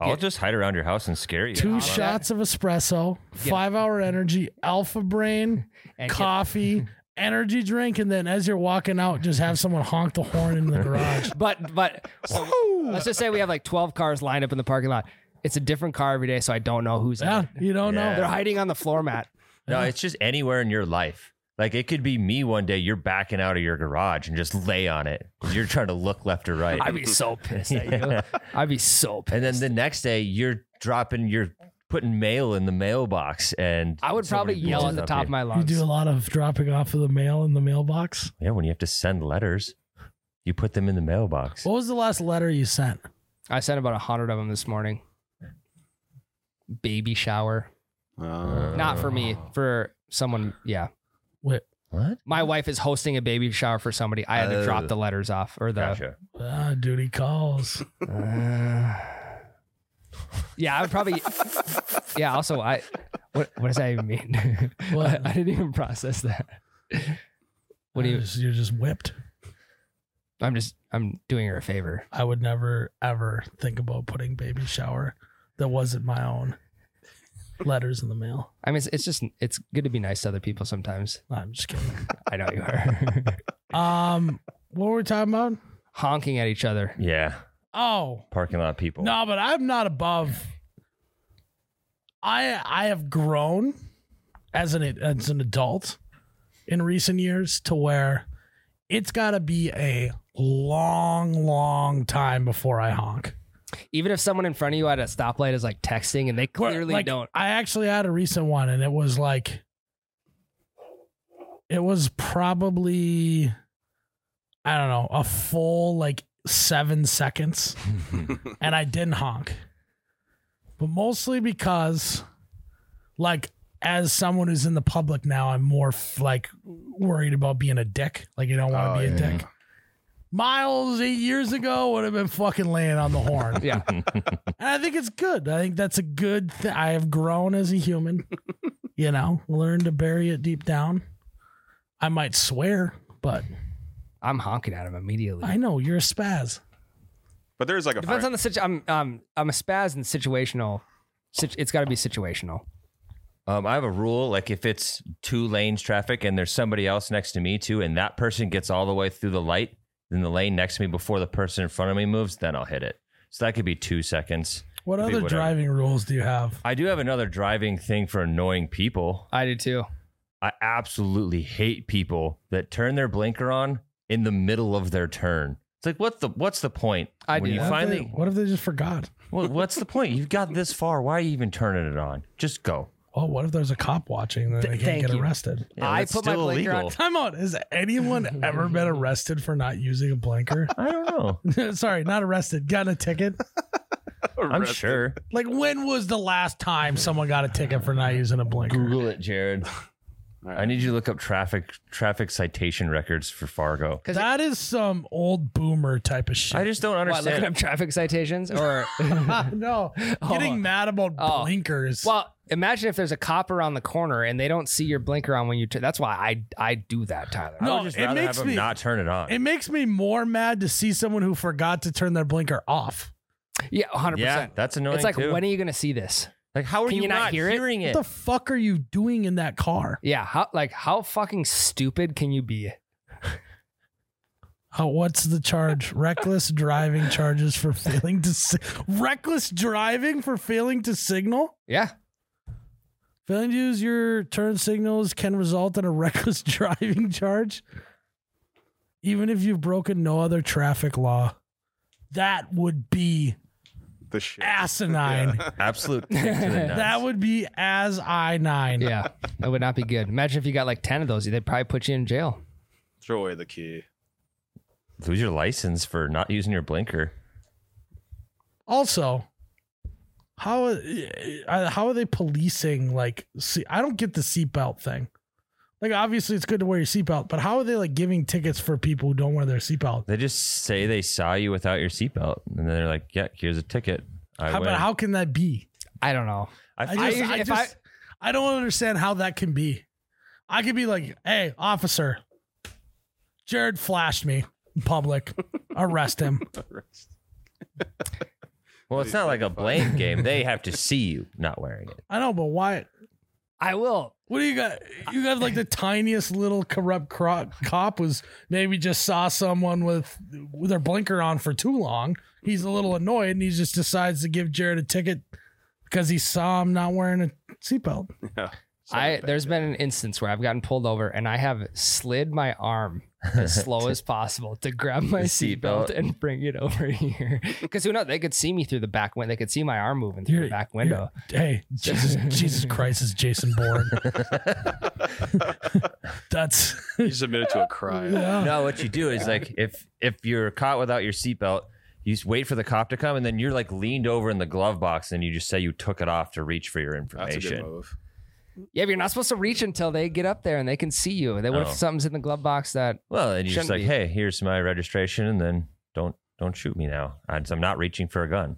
B: I'll
D: Yeah.
B: just hide around your house and scare you.
A: Two
B: Huh?
A: shots of espresso,
D: Yeah.
A: five hour energy, alpha brain.
D: And get-
A: coffee, energy drink, and then as you're walking out, just have someone honk the horn in the garage.
D: but but so let's just say we have like 12 cars lined up in the parking lot. It's a different car every day, so I don't know who's in
A: Yeah,
D: it.
A: you don't
B: Yeah.
A: know.
D: They're hiding on the floor mat.
B: No, it's just anywhere in your life. Like it could be me one day. You're backing out of your garage and just lay on it. 'cause You're trying to look left or right.
D: I'd be so pissed at you. I'd be so pissed.
B: and then the next day, you're dropping, you're putting mail in the mailbox, and
D: I would
B: somebody
D: probably yell
B: blows
D: at the
B: up
D: top
B: you.
D: of my
A: You
D: lungs.
A: do a lot of dropping off of the mail in the mailbox.
B: Yeah, when you have to send letters, you put them in the mailbox.
D: Oh,
A: What was the last letter you sent?
D: I sent about a hundred of them this morning. Baby shower,
C: Uh,
D: not for me,
B: Oh.
D: for someone. Yeah,
A: Wait,
B: What?
D: my wife is hosting a baby shower for somebody. I had to drop
B: Oh.
D: the letters off or the.
B: Gotcha.
A: ah, duty calls.
D: yeah, I would probably. yeah. Also, I. What What does that even mean?
A: What?
D: I, I didn't even process that. What do
A: You're
D: you?
A: just- You're just whipped.
D: I'm just. I'm doing her a favor.
A: I would never ever think about putting baby shower that wasn't my own letters in the mail.
D: I mean, it's, it's just. It's good to be nice to other people sometimes.
A: No, I'm just kidding.
D: I know you are.
A: Um, what were we talking about?
D: Honking at each other.
B: Yeah,
A: Oh,
B: parking lot people.
A: No, but I'm not above. I I have grown as an as an adult in recent years to where it's got to be a long, long time before I honk.
D: Even if someone in front of you at a stoplight is like texting and they
A: Where,
D: clearly
A: like,
D: don't.
A: I actually had a recent one, and it was like, it was probably, I don't know, a full like seven seconds, and I didn't honk, but mostly because, like, as someone who's in the public now, I'm more f- like worried about being a dick. Like, you don't want
C: Oh,
A: to be a
B: yeah.
A: dick. Miles eight years ago would have been fucking laying on the horn.
D: Yeah.
A: And I think it's good. I think that's a good thing. I have grown as a human, you know, learned to bury it deep down. I might swear, but
D: I'm honking at him immediately.
A: I know you're a spaz.
C: but there's like a
D: Depends
C: fine-
D: on the situ. I'm um I'm a spaz and situational. Situ- it's got to be situational.
B: Um, I have a rule like if it's two lanes traffic and there's somebody else next to me too, and that person gets all the way through the light, then the lane next to me before the person in front of me moves, then I'll hit it. So that could be two seconds.
A: What
B: Could be
A: other
B: whatever.
A: driving rules do you have?
B: I do have another driving thing for annoying people.
D: I do too.
B: I absolutely hate people that turn their blinker on in the middle of their turn. It's like what's the what's the point?
D: I
B: when
D: do
B: you
D: that.
A: What if they-
B: finally
A: what if they just forgot?
B: well, what's the point? You've got this far. Why are you even turning it on? Just go.
A: Oh, what if there's a cop watching and then
D: Th-
A: they can't
D: thank
A: get
D: you.
A: arrested?
B: Yeah,
D: I
B: that's
D: put my
B: still
D: blinker on
B: illegal.
A: Time out. Has anyone ever been arrested for not using a blinker?
B: I don't know.
A: Sorry, not arrested. Got a ticket.
B: I'm
C: Arrested.
B: sure.
A: Like when was the last time someone got a ticket for not using a blinker?
B: Google it, Jared.
C: All
B: I
C: right.
B: need you to look up traffic traffic citation records for Fargo.
A: That is some old boomer type of shit.
B: I just don't
D: What, looking
B: understand.
D: up traffic citations or
A: no,
D: Oh.
A: getting mad about
D: Oh.
A: blinkers.
D: well, imagine if there's a cop around the corner and they don't see your blinker on when you. turn. That's why I I do that, Tyler.
B: I
A: No,
B: would just
A: it
B: rather
A: makes
B: have them
A: me-
B: not turn it on.
A: it makes me more mad to see someone who forgot to turn their blinker off.
D: Yeah, hundred
B: yeah,
D: percent.
B: that's annoying.
D: It's like
B: too.
D: when are you gonna see this?
B: like how are
D: can
B: you, not,
D: hear it?
B: hearing it?
A: What the fuck are you doing in that car?
D: Yeah, how like how fucking stupid can you be?
A: How, what's the charge? reckless driving charges for failing to si- reckless driving for failing to signal.
D: Yeah,
A: Failing to use your turn signals can result in a reckless driving charge, even if you've broken no other traffic law. That would be
C: The shit.
A: asinine.
B: Absolute. kick to the nuts.
A: That would be as I nine.
D: Yeah, that would not be good. Imagine if you got like ten of those, they'd probably put you in jail.
C: Throw away the key.
B: lose your license for not using your blinker.
A: Also, how uh, how are they policing? Like, see, I don't get the seatbelt thing. Like, obviously, it's good to wear your seatbelt, but how are they like giving tickets for people who don't wear their seatbelt?
B: They just say they saw you without your seatbelt, and then they're like, "Yeah, here's a ticket." I
A: How,
B: win.
A: but how can that be?
D: I don't know.
B: I
A: I
B: feel
A: just,
D: I-
A: I,
D: if
A: just, I, don't understand how that can be. I could be like, "Hey, officer, Jared flashed me in public. Arrest him."
B: well, it's not like a blame game. They have to see you not wearing it.
A: I know, but why?
D: I will.
A: What do you got? You got like the tiniest little corrupt cro- cop was maybe just saw someone with with their blinker on for too long. He's a little annoyed and he just decides to give Jared a ticket because he saw him not wearing a seatbelt.
D: I there's been an instance where I've gotten pulled over and I have slid my arm as slow as possible to grab my
B: The
D: seatbelt
B: seatbelt.
D: and bring it over here. Because who knows? They could see me through the back window. They could see my arm moving through
A: You're-
D: the back window.
A: Hey, Jesus, Jesus Christ is Jason Bourne. That's
C: You submitted to a crime.
A: yeah.
B: No, what you do is like if if you're caught without your seatbelt, you just wait for the cop to come, and then you're like leaned over in the glove box, and you just say you took it off to reach for your
C: That's a good
B: information.
C: move.
D: Yeah, but you're not supposed to reach until they get up there and they can see you. They what
B: Oh.
D: if something's in the glove box that
B: Well, and you're just like,
D: Shouldn't
B: "Hey, here's my registration," and then don't don't shoot me now. I'm I'm not reaching for a gun.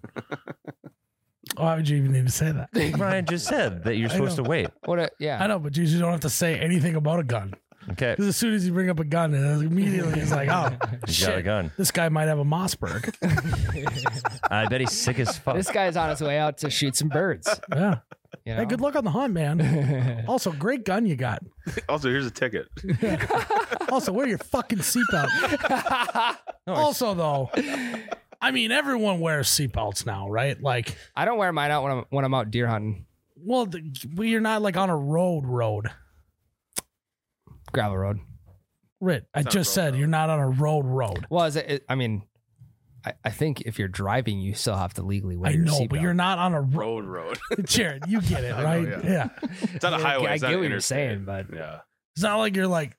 A: Why would you even need to say that?
B: Brian just said that you're
A: I
B: supposed to wait.
D: what a yeah.
A: I know, but you just don't have to say anything about a gun.
B: Okay,
A: Because as soon as you bring up a gun, it immediately it's like, oh,
B: you got a
A: shit,
B: gun.
A: this guy might have a Mossberg.
B: I bet he's sick as fuck.
D: This guy's on his way out to shoot some birds.
A: Yeah.
D: You know?
A: Hey, good luck on the hunt, man. Also, great gun you got.
C: Also, here's a ticket.
A: Also, wear your fucking seatbelt. also, though, I mean, everyone wears seatbelts now, right? Like,
D: I don't wear mine out when I'm when I'm out deer hunting.
A: well, the, well, you're not like on a road road.
D: Gravel road.
A: Rit, I
C: It's not a
A: just
C: road
A: said
C: road.
A: you're not on a road road.
D: Well, is it, it- I mean, I, I think if you're driving, you still have to legally wear
A: I
D: your
A: know, but
D: seatbelt.
A: you're not on a road.
C: Road, road.
A: Jared, you get it,
C: I know,
A: right?
C: yeah.
A: yeah.
C: It's not
D: I
C: a
D: mean, I
C: highway.
D: get-
C: it's
D: I
C: not an
D: get what you're
C: interstate.
D: saying, but
C: Yeah.
A: It's not like you're like.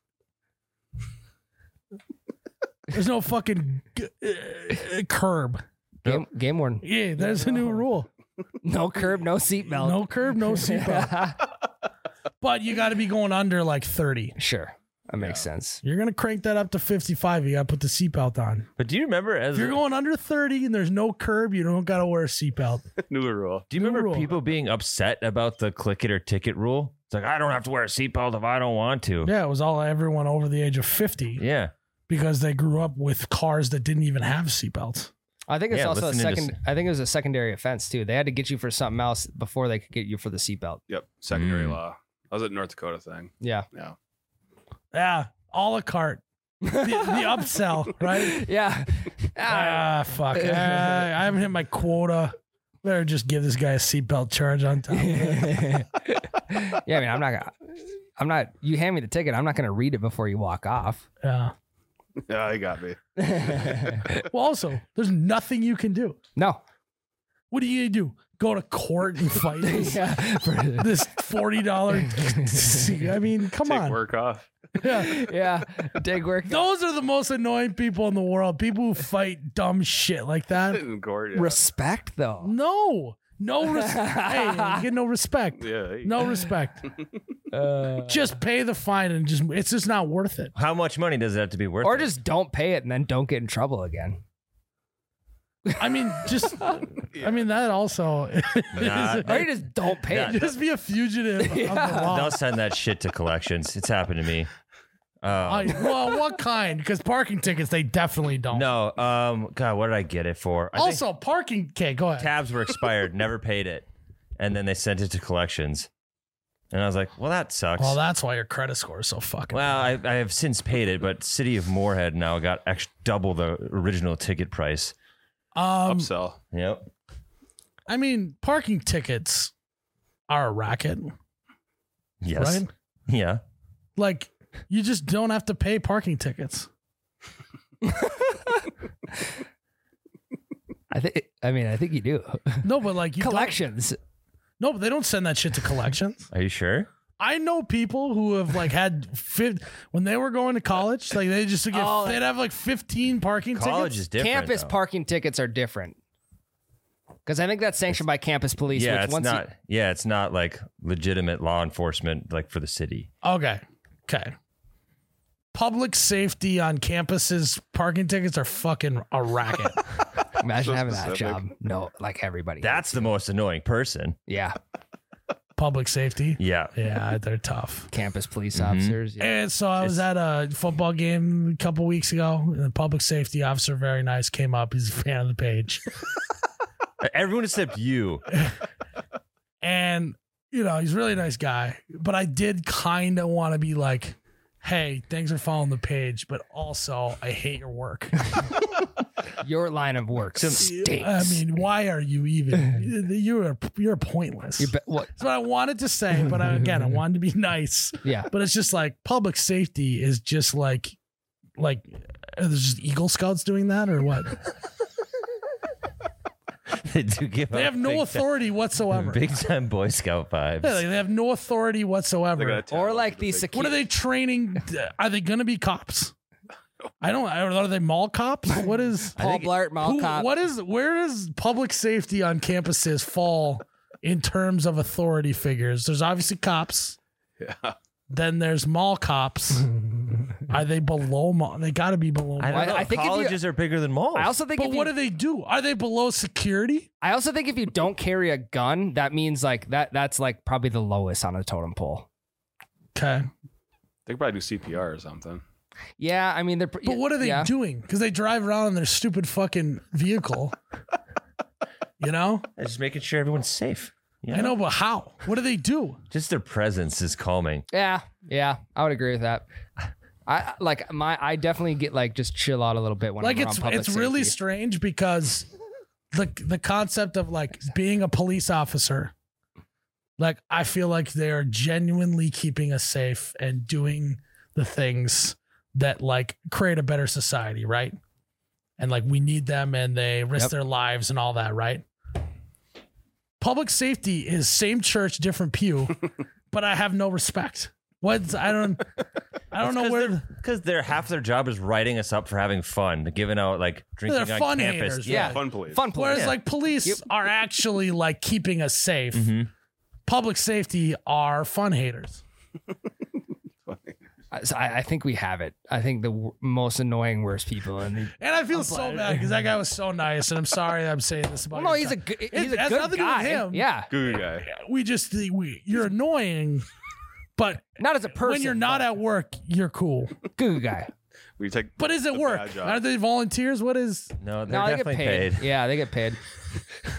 A: There's no fucking g- uh, curb.
D: game, game worn.
A: Yeah, there's a new rule.
D: No curb, no seatbelt.
A: No curb, no seatbelt. but you got to be going under like 30.
D: sure, that makes sense.
A: You're gonna crank that up to 55. You got to put the seatbelt on.
B: But do you remember as
A: If you're going under 30 and there's no curb, you don't got to wear a seatbelt.
C: New rule.
B: do you
A: new
B: remember
A: rule.
B: people being upset about the click it or ticket rule? It's like I don't have to wear a seatbelt if I don't want to.
A: Yeah, it was all everyone over the age of 50
B: Yeah.
A: because they grew up with cars that didn't even have seatbelts.
D: I think it's
B: Yeah,
D: also a
B: listening to
D: second. I think it was a secondary offense too. They had to get you for something else before they could get you for the seatbelt.
C: Yep. Secondary
B: Mm.
C: law. I was at North Dakota thing.
D: Yeah,
A: Yeah, a la carte, the, the upsell, right?
D: yeah. Ah,
A: Ah, fuck. Ah, I haven't hit my quota. Better just give this guy a seatbelt charge on top. of it.
D: yeah, I mean, I'm not. gonna I'm not. You hand me the ticket. I'm not going to read it before you walk off.
A: Yeah.
C: Yeah, they got me.
A: Well, also, there's nothing you can do.
D: no.
A: What do you do? Go to court and fight this,
D: Yeah. for-
A: this forty dollar? I mean, come
C: Take
A: on.
C: work off.
A: Yeah.
D: yeah. Dig work.
A: Those are the most annoying people in the world. People who fight dumb shit like that.
C: In court. Yeah.
D: Respect though.
A: No, no respect. hey, you get no respect.
C: yeah there you
A: No respect.
D: Uh,
A: Just pay the fine and just. It's just not worth it.
B: How much money does it have to be worth?
D: or
B: it?
D: just don't pay it and then don't get in trouble again.
A: I mean, just. I mean that also.
B: Nah.
D: Or you just don't pay it.
A: just be a fugitive of the
D: Yeah.
A: law.
B: They'll send that shit to collections. It's happened to me.
A: I-
B: Um,
A: well, what kind? Because parking tickets, they definitely don't.
B: no, um, God, what did I get it for? I think
A: also, parking. Okay, go ahead.
B: tabs were expired, never paid it, and then they sent it to collections, and I was like, well, that sucks.
A: Well, that's why your credit score is so fucking.
B: Well, I, I have since paid it, but City of Moorhead now got ex- double the original ticket price.
A: um,
C: Upsell.
B: Yep.
A: I mean, parking tickets are a racket.
B: Yes.
A: right?
B: Yeah.
A: Like you just don't have to pay parking tickets.
D: I think. I mean, I think you do.
A: No, but like you don't-
D: Collections.
A: No, but they don't send that shit to collections.
B: Are you sure?
A: I know people who have like had fif- when they were going to college, like they just would get
D: Oh.
A: they'd have like fifteen parking
B: College
A: tickets.
B: is different.
D: campus
B: though.
D: parking tickets are different. Because I think that's sanctioned by campus police.
B: Yeah,
D: which
B: it's
D: once you-
B: not. yeah, it's not like legitimate law enforcement like for the city.
A: Okay, okay. Public safety on campuses parking tickets are fucking a racket.
D: imagine
C: So
D: having that
C: specific.
D: job. No, like everybody.
B: That's the most annoying person.
D: yeah,
A: Public safety,
B: Yeah.
A: yeah, they're tough.
D: campus police
B: Mhm.
D: officers. Yeah.
A: And so I was at a football game a couple weeks ago, and the public safety officer, very nice, came up. He's a fan of the page.
B: Everyone except you.
A: And, you know, he's a really nice guy. But I did kind of want to be like, hey, thanks for following the page, but also I hate your work.
D: Your line of work stinks.
A: I mean, why are you even? You're you're pointless.
D: You're be- what?
A: That's what I wanted to say, but I, again, I wanted to be nice.
D: Yeah.
A: But it's just like public safety is just like, like, are there just Eagle Scouts doing that or what?
B: they do give
A: They
B: out
A: have no
B: big
A: authority
B: Time,
A: whatsoever.
B: big time Boy Scout vibes.
A: Yeah, like, they have no authority
C: They
A: whatsoever.
C: got a
D: Or
C: town with
D: like
C: a
D: the
C: big-
D: security.
A: What are they training? Are they going to be cops? I don't. I don't. Are they mall cops? What is?
D: Paul Blart, Mall
A: who-
D: Cop.
A: What is? Where does public safety on campuses fall in terms of authority figures? There's obviously cops.
C: Yeah.
A: Then there's mall cops. Are they below mall? They got to be below.
B: I
A: Mall.
B: don't
D: I-
B: know.
D: I think if you-
B: colleges are bigger than malls.
D: I also think.
A: But
D: if you-
A: what do they do? Are they below security?
D: I also think if you don't carry a gun, that means like that. That's like probably the lowest on a totem pole.
A: Okay.
C: They could probably do CPR or something.
D: Yeah, I mean they're. pr-
A: But what are they
D: yeah.
A: doing? Because they drive around in their stupid fucking vehicle. you know.
B: They're just making sure everyone's safe. You
A: I know, but how? What do they do?
B: Just their presence is calming.
D: Yeah, yeah, I would agree with that. I like my. I definitely get like just chill out a little bit when
A: like
D: I'm
A: it's
D: around public
A: it's really
D: safety.
A: strange because the the concept of like being a police officer, like I feel like they are genuinely keeping us safe and doing the things that like create a better society, right? And like we need them and they risk
D: Yep.
A: their lives and all that, right? Public safety is same church, different pew, but I have no respect. What's I don't I don't know where
B: because their half their job is writing us up for having fun, giving out like drinking
A: They're
B: on
A: fun
B: campus.
A: haters,
D: Yeah.
C: Fun police.
D: Fun
A: Whereas,
D: place.
A: like, police
D: Yep. Mm-hmm.
A: are actually like keeping us safe.
B: Mhm.
A: Public safety are fun haters.
D: I- so I, I think we have it. I think the w- most annoying, worst people in the.
A: And I feel so bad because that guy was so nice, and I'm sorry that I'm saying this about.
D: Well, no,
A: your
D: he's a
A: time.
D: good.
A: It
D: He's a
A: has
D: good
A: nothing to do with
D: guy.
A: him.
D: Yeah,
C: Goo guy.
A: We just we you're annoying, but
D: not as a person.
A: when you're not
D: but
A: at work, you're cool.
D: good guy.
C: We take.
A: But is it
C: The
A: work?
C: bad job.
A: Are they volunteers? What is?
B: No, they're
D: No, they get
B: definitely
D: paid.
B: paid.
D: Yeah, they get paid.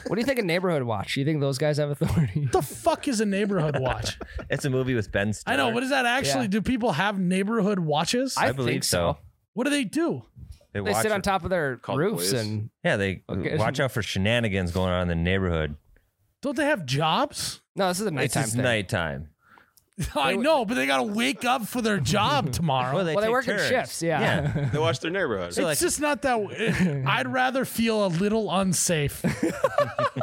D: what do you think of neighborhood watch? Do you think those guys have authority?
A: The fuck is a neighborhood watch?
B: It's a movie with Ben Stiller.
A: I know. What does that actually?
D: Yeah.
A: Do people have neighborhood watches?
B: I
D: think
B: believe so.
A: what do they do?
D: They
B: watch
D: sit on
B: it.
D: top of their
C: Call the
D: roofs
C: police.
D: and
B: Yeah, they
D: Okay.
B: watch out for shenanigans going on in the neighborhood.
A: Don't they have jobs?
D: no, this is a
B: It's
D: nighttime
B: just
D: thing.
B: nighttime.
A: I know, but they gotta wake up for their job tomorrow.
D: Well, they
B: take
D: work in
B: turns.
D: shifts. Yeah.
B: Yeah.
C: They watch their neighborhood.
B: So
A: it's
B: like,
A: just not that. I'd rather feel a little unsafe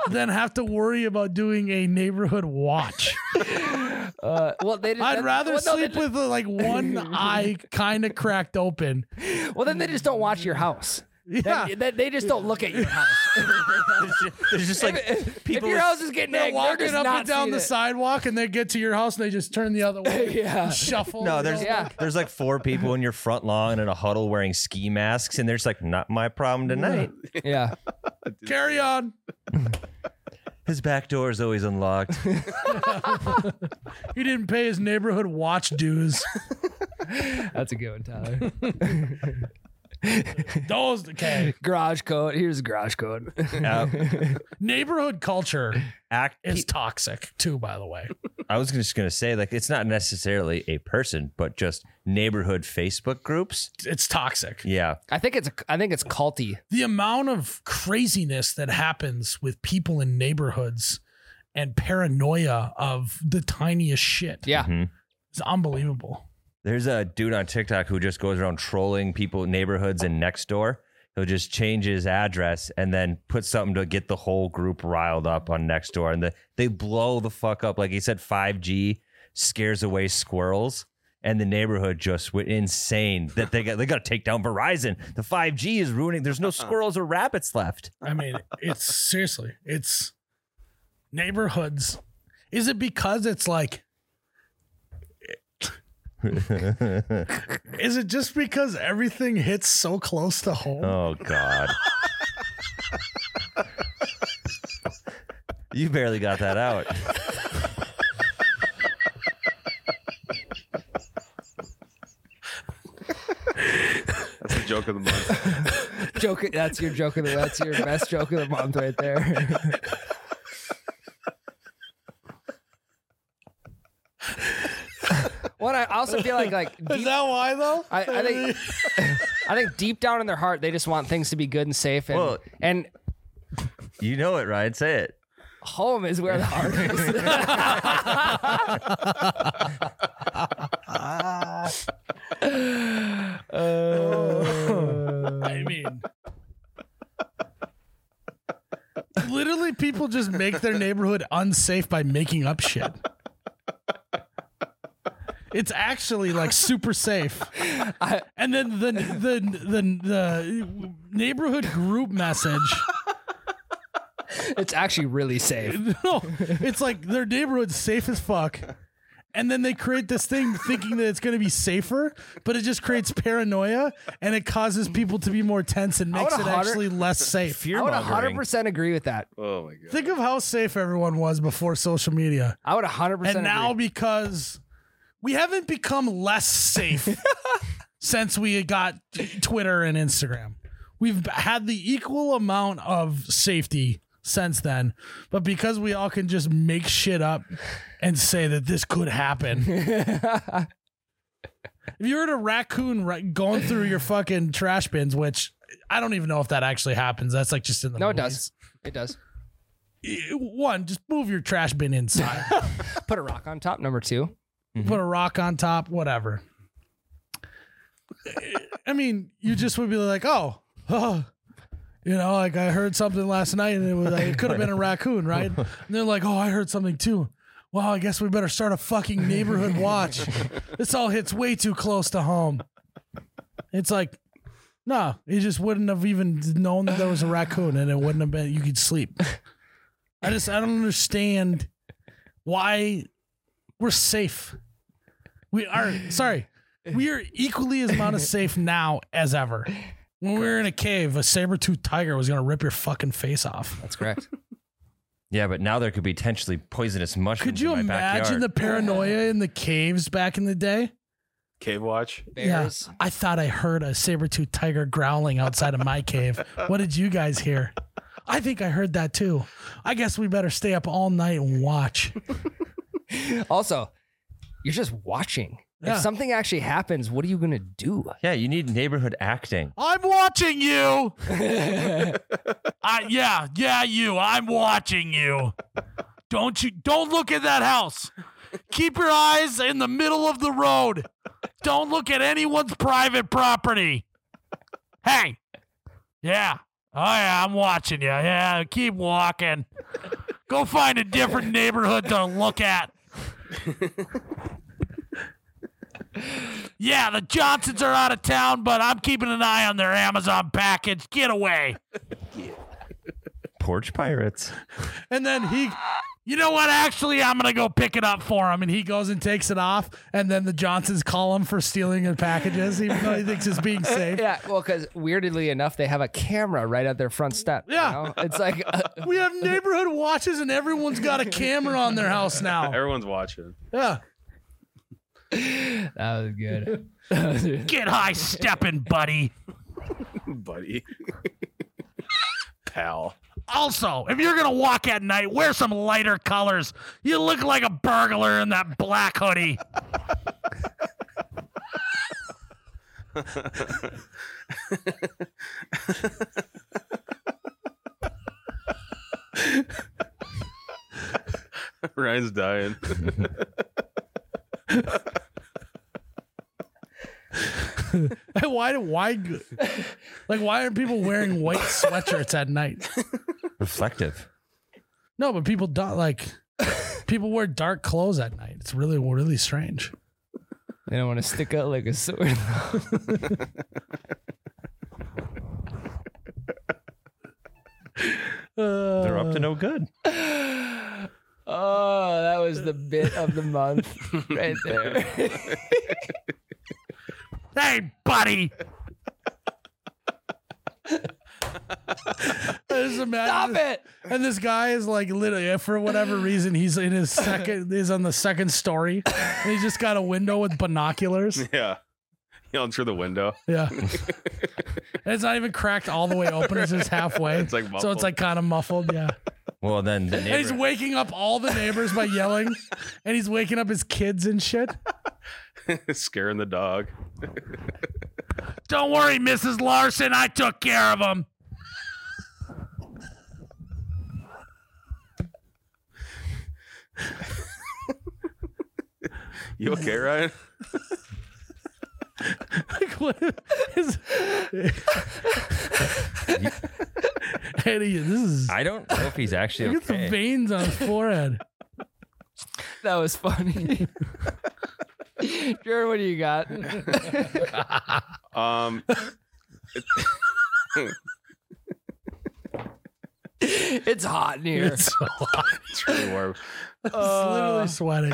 A: than have to worry about doing a neighborhood watch.
D: Uh, well, they. didn't-
A: I'd rather
D: well, no, they
A: sleep with uh, like one eye kind of cracked open.
D: Well, then they just don't watch your house.
A: Yeah,
D: Then, then they just don't look at your house.
B: there's just, there's just like
D: if
B: people.
D: your house is getting
A: they're
D: egged, they're
A: walking
D: just
A: up
D: not
A: and down
D: seeing
A: the
D: it.
A: sidewalk, and they get to your house and they just turn the other way.
D: Yeah.
A: and shuffle.
B: no, there's
D: Yeah.
B: there's like four people in your front lawn in a huddle wearing ski masks, and they're just like, "Not my problem tonight."
D: Yeah.
A: carry on.
B: His back door is always unlocked.
A: He didn't pay his neighborhood watch dues.
D: That's a good one, Tyler.
A: Those okay.
D: garage code. Here's a garage code.
B: Uh,
A: Neighborhood culture
B: act.
A: is toxic too. By the way,
B: I was just gonna say, like, it's not necessarily a person, but just neighborhood Facebook groups.
A: it's toxic.
B: Yeah,
D: I think it's I think it's culty.
A: the amount of craziness that happens with people in neighborhoods and paranoia of the tiniest shit.
D: Yeah.
B: Mhm.
A: It's unbelievable.
B: There's a dude on TikTok who just goes around trolling people, neighborhoods, and next door. He'll just change his address and then put something to get the whole group riled up on next door, and the, they blow the fuck up. Like he said, five G scares away squirrels, and the neighborhood just went insane. That they got they got to take down Verizon. The five G is ruining. There's no squirrels or rabbits left.
A: I mean, it's seriously, it's neighborhoods. Is it because it's like, is it just because everything hits so close to home?
B: Oh God. you barely got that out.
C: That's the joke of the month.
D: joke. That's your joke of the. That's your best joke of the month right there. what I also feel like, like
A: Is
D: deep,
A: that why though?
D: I- I think- I think deep down in their heart, they just want things to be good and safe, and
B: Well-
D: and
B: You know it, Ryan. Say it.
D: home is where the heart is.
A: I mean, literally, people just make their neighborhood unsafe by making up shit. It's actually like super safe, and then the the the, the neighborhood group message.
D: it's actually really safe.
A: No, it's like their neighborhood's safe as fuck. And then they create this thing thinking that it's going to be safer, but it just creates paranoia and it causes people to be more tense and makes it
D: would've hotter-
A: actually less safe.
B: Fear
D: I would
B: mongering.
D: 100% agree with that.
C: Oh my god.
A: Think of how safe everyone was before social media.
D: I would 100%
A: And now
D: agree.
A: because we haven't become less safe since we got Twitter and Instagram. We've had the equal amount of safety since then, but because we all can just make shit up and say that this could happen. if you heard a raccoon ra- going through your fucking trash bins, which I don't even know if that actually happens. That's like just in the
D: No, it
A: movies.
D: does. It does.
A: Eh, One, just move your trash bin inside.
D: Put a rock on top. Number two.
A: put a rock on top, whatever. I mean, you just would be like, oh, oh, you know, like I heard something last night and it was like, it could have been a raccoon, right? And they're like, oh, I heard something too. Well, I guess we better start a fucking neighborhood watch. this all hits way too close to home. It's like, no, you just wouldn't have even known that there was a raccoon and it wouldn't have been, you could sleep. I just, I don't understand why we're safe. We are sorry. We are equally as amount of safe now as ever. When we were in a cave, a saber-toothed tiger was gonna rip your fucking face off.
D: That's correct.
B: Yeah, but now there could be potentially poisonous mushrooms.
A: Could you
B: in my
A: imagine
B: backyard.
A: the paranoia in the caves back in the day?
C: Cave watch.
D: Bears.
A: I thought I heard a saber-toothed tiger growling outside of my cave. What did you guys hear? I think I heard that too. I guess we better stay up all night and watch.
D: Also, you're just watching.
A: Yeah.
D: If something actually happens, what are you gonna do?
B: Yeah, you need neighborhood acting.
A: I'm watching you. I yeah, yeah, you. I'm watching you. Don't you don't look at that house. Keep your eyes in the middle of the road. Don't look at anyone's private property. Hey. Yeah. Oh yeah, I'm watching you. Yeah, keep walking. Go find a different neighborhood to look at. Yeah, the Johnsons are out of town, but I'm keeping an eye on their Amazon package. Get away.
B: Porch pirates.
A: And then he, you know what? Actually, I'm going to go pick it up for him. And he goes and takes it off. And then the Johnsons call him for stealing the packages, even though he thinks it's being safe.
D: Yeah, well, because weirdly enough, they have a camera right at their front step. you
A: Yeah.
D: know? it's like uh,
A: We have neighborhood watches, and everyone's got a camera on their house now.
C: Everyone's watching.
A: Yeah.
D: that was good.
A: Get high stepping, buddy.
C: Buddy. Pal.
A: Also, if you're going to walk at night, wear some lighter colors. You look like a burglar in that black hoodie.
C: Ryan's dying.
A: why? Why? Like, why are people wearing white sweatshirts at night?
B: Reflective.
A: No, but people don't like. People wear dark clothes at night. It's really, really strange.
D: They don't want to stick out like a sword.
A: Uh,
B: They're up to no good.
D: oh, that was the bit of the month right there.
E: Hey, buddy.
A: I just
D: Stop
A: imagine-
D: it.
A: And this guy is like literally for whatever reason he's in his second he's on the second story. And he's just got a window with binoculars.
C: yeah. Yelling through the window.
A: Yeah. And it's not even cracked all the way open, it's just halfway.
C: It's like
A: so it's
C: muffled.
A: like kind of muffled, yeah.
B: Well, then the
A: And he's
B: neighbor,
A: waking up all the neighbors by yelling, and he's waking up his kids and shit.
C: scaring the dog.
A: Don't worry, Mrs. Larson, I took care of him.
C: You okay, Ryan?
A: Like, what is- Eddie, this is
B: I don't know if he's actually
A: look at the
B: okay.
A: veins on his forehead.
D: That was funny. Jared, what do you got?
C: Um,
D: it's hot in here.
A: It's so hot.
C: it's really warm.
A: It's literally sweating.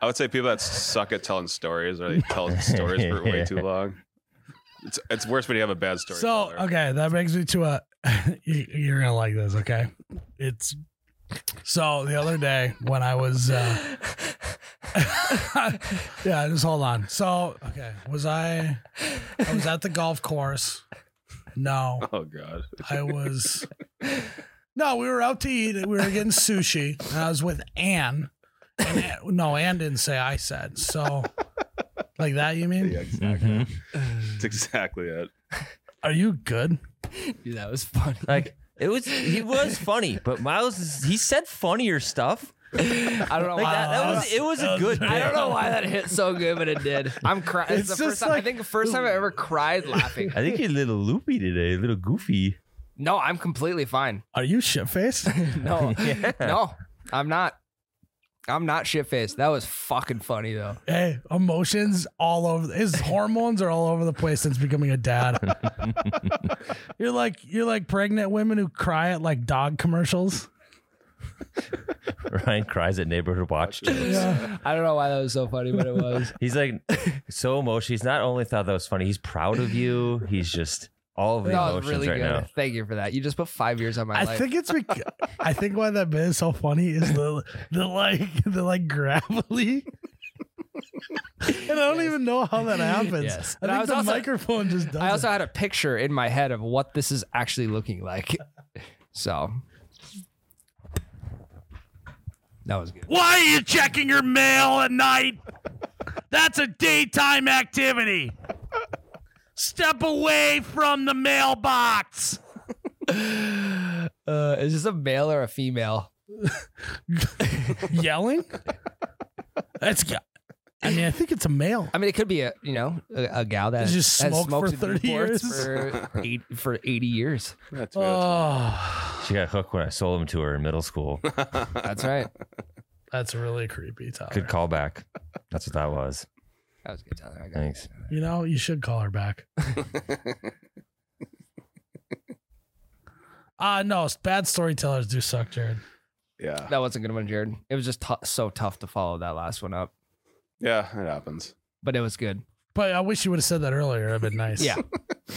C: I would say people that suck at telling stories or they tell stories for way too long. It's it's worse when you have a bad story.
A: So
C: teller.
A: okay, that brings me to a. you- You're gonna like this, okay? It's so the other day when I was, uh, yeah, just hold on. So okay, was I? I was at the golf course. No,
C: Oh god.
A: I was. No, we were out to eat. We were getting sushi. And I was with Ann. And Ann- no, Ann didn't say. I said so. Like that, you mean?
C: Yeah, exactly.
B: Mhm.
C: That's exactly it.
A: Are you good?
D: Dude, that was funny.
B: Like it was, he was funny, but Miles, is, he said funnier stuff.
D: I don't know
B: Like
D: why.
B: that, that was, it was a good.
D: I don't
B: bit.
D: know why that hit so good, but it did. I'm crying. It's,
A: It's
D: the first
A: just
D: time. I
A: like-
D: think the first time I ever cried laughing.
B: I think you're a little loopy today, a little goofy.
D: No, I'm completely fine.
A: Are you shit faced?
D: No, no, I'm not. I'm not shit faced. That was fucking funny though.
A: Hey, emotions all over. His hormones are all over the place since becoming a dad. you're like you're like pregnant women who cry at like dog commercials.
B: Ryan cries at neighborhood watch.
A: Yeah,
D: I don't know why that was so funny, but it was.
B: He's like so emotional. He's not only thought that was funny, he's proud of you. He's just all of the
D: that was
B: emotions
D: really
B: right
D: good.
B: now.
D: Thank you for that. You just put five years on my
A: I
D: life.
A: think it's. Bec- I think why that bit is so funny is the the like the like gravelly. and I don't even know how that happens.
D: Yes.
A: I
D: And I
A: think
D: was
A: the
D: also-
A: microphone just does.
D: I also
A: it.
D: had a picture in my head of what this is actually looking like. So that was good.
E: Why are you checking your mail at night? That's a daytime activity. Step away from the mailbox.
D: Uh, is this a male or a female?
A: yelling. That's. I mean, I think it's a male.
D: I mean, it could be a you know a, a gal that
A: It's just
D: has
A: smoked for
D: smoked
A: 30
D: Newports
A: years.
D: for eight, for eighty years.
C: That's
A: Oh,
B: She got hooked when I sold him to her in middle school.
D: That's right.
A: that's really creepy, Tyler.
B: Good callback. That's what that was.
D: That was good, Tyler. I got
B: Thanks.
A: You know, you should call her back. Ah, uh, no, bad storytellers do suck, Jared.
C: yeah.
D: That was a good one, Jared. It was just tou- so tough to follow that last one up,
C: Yeah, it happens.
D: but it was good.
A: But I wish you would have said that earlier. It'd have been nice.
D: Yeah.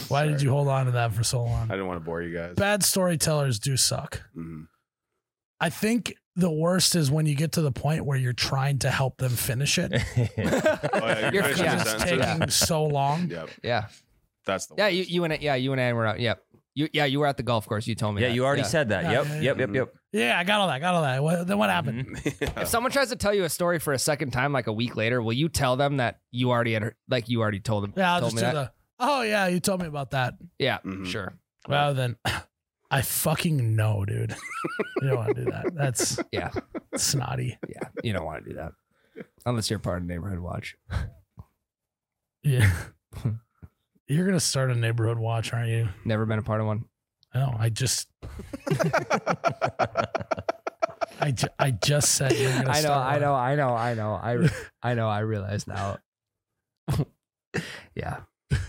A: Why did
C: Sorry.
A: you hold on to that for so long?
C: I didn't want to bore you guys.
A: Bad storytellers do suck.
C: Mhm.
A: I think the worst is when you get to the point where you're trying to help them finish it.
C: Oh, yeah,
D: You're
C: you're finishing
D: yeah,
A: It's
D: finished.
C: sentences.
A: taking so long.
C: Yep,
D: Yeah,
C: that's the
D: yeah.
C: worst.
D: You, you and yeah, you and Ann were out. Yep. You yeah, you were at the golf course. You told me.
B: yeah,
D: that.
B: you already said that.
A: Yeah,
B: Yep,
A: yeah, yeah.
B: yep, yep, yep.
A: Yeah, I got all that. Got all that. What, then what happened?
D: Mm-hmm. If someone tries to tell you a story for a second time, like a week later, will you tell them that you already had, like you already told them?
A: Yeah, I'll
D: told
A: just
D: me
A: do
D: that?
B: Mm-hmm.
A: the. Oh yeah, you told me about that.
D: Yeah,
C: Mhm.
D: sure.
A: Rather than, I fucking know, dude. you don't want to do that. That's
D: Yeah.
A: snotty.
D: Yeah. You don't want to do that. Unless you're part of Neighborhood Watch.
A: Yeah. You're gonna start a neighborhood watch, aren't you?
D: Never been a part of one.
A: No, I just, I, ju- I just said you're gonna
D: I know,
A: start
D: I
A: one.
D: know, I know, I know, I re- I know, I realize now. yeah,
C: Brian's
A: You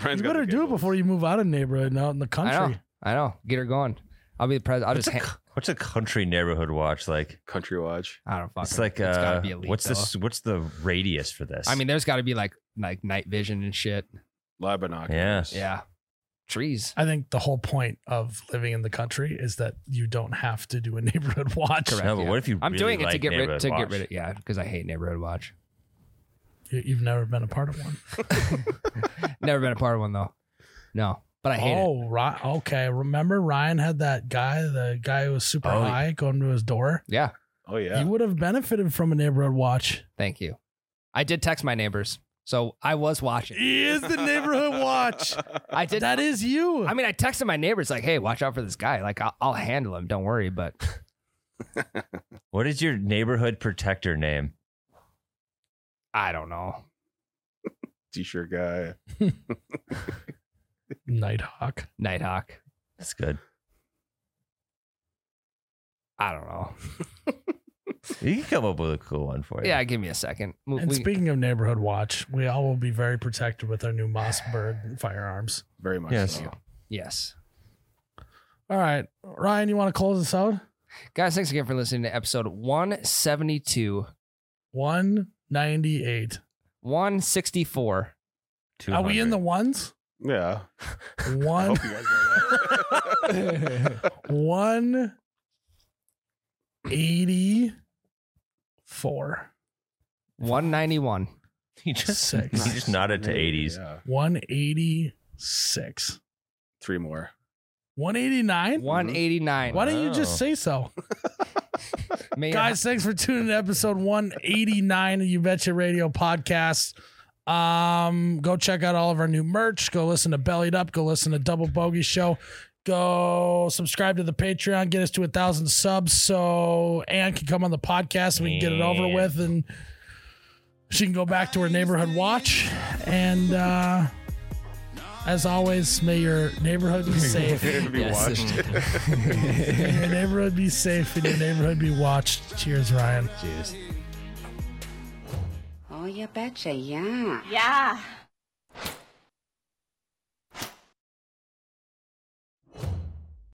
C: got the
A: better
C: good
A: do it
C: ones.
A: before you move out of neighborhood and out in the
D: I know,
A: country.
D: I know. Get her going. I'll be the president. I'll just.
B: What's a
D: Ha-
B: What's a country neighborhood watch like?
C: Country Watch.
D: I don't fucking.
B: It's like
D: it's gotta
B: uh,
D: be elite,
B: what's
D: though.
B: this? What's the radius for this?
D: I mean, there's got to be like like night vision and shit.
C: Live binoculars.
D: Yeah, trees.
A: I think the whole point of living in the country is that you don't have have to do a neighborhood watch.
D: Correct.
B: no, but
D: yeah.
B: what if you?
D: I'm
B: really
D: doing it to
B: like
D: get rid
B: neighborhood
D: to get
B: watch?
D: rid of yeah because I hate neighborhood watch.
A: You- You've never been a part of one.
D: Never been a part of one though. No, but I hate it.
A: oh, Ry- okay. Remember Ryan had that guy, the guy who was super
B: Oh, yeah.
A: high, going to his door.
D: Yeah,
C: Oh yeah.
A: You would have benefited from a neighborhood watch.
D: thank you. I did text my neighbors, so I was watching.
A: He is the neighborhood watch.
D: I did.
A: That is you.
D: I mean, I texted my neighbors like, "Hey, watch out for this guy. Like, I'll, I'll handle him. Don't worry." But
B: What is your neighborhood protector name?
D: I don't know.
C: T-shirt guy.
A: Nighthawk.
D: Nighthawk.
B: That's good.
D: I don't know.
B: You can come up with a cool one for you.
D: Yeah, give me a second. We-
A: And
D: we-
A: speaking of neighborhood watch, we all will be very protected with our new Mossberg firearms.
C: Very much
B: Yes.
C: so.
D: yes.
A: All right, Ryan, you want to close this out?
D: Guys, thanks again for listening to episode 172,
A: One ninety eight.
D: 164.
A: Are we in the
B: 200.
A: ones?
C: Yeah. I
A: One,
C: hope you guys know that.
A: one eighty four.
D: 191.
B: He just
A: Six.
B: He just nodded to eighties.
C: Yeah.
A: One eighty six.
C: Three more.
A: One eighty nine.
D: 189.
A: Why don't you just
B: Wow.
A: say so?
D: May your-
A: guys thanks for tuning in to episode 189 of you betcha radio podcast um go check out all of our new merch go listen to bellied up go listen to double bogey show go subscribe to the patreon get us to a thousand subs so ann can come on the podcast and we can get it over
B: Yeah.
A: with and she can go back to her neighborhood watch and uh as always may your neighborhood be safe
C: Be watched.
A: May your neighborhood be safe and your neighborhood be watched cheers ryan
F: Oh, you betcha, yeah.
G: Yeah.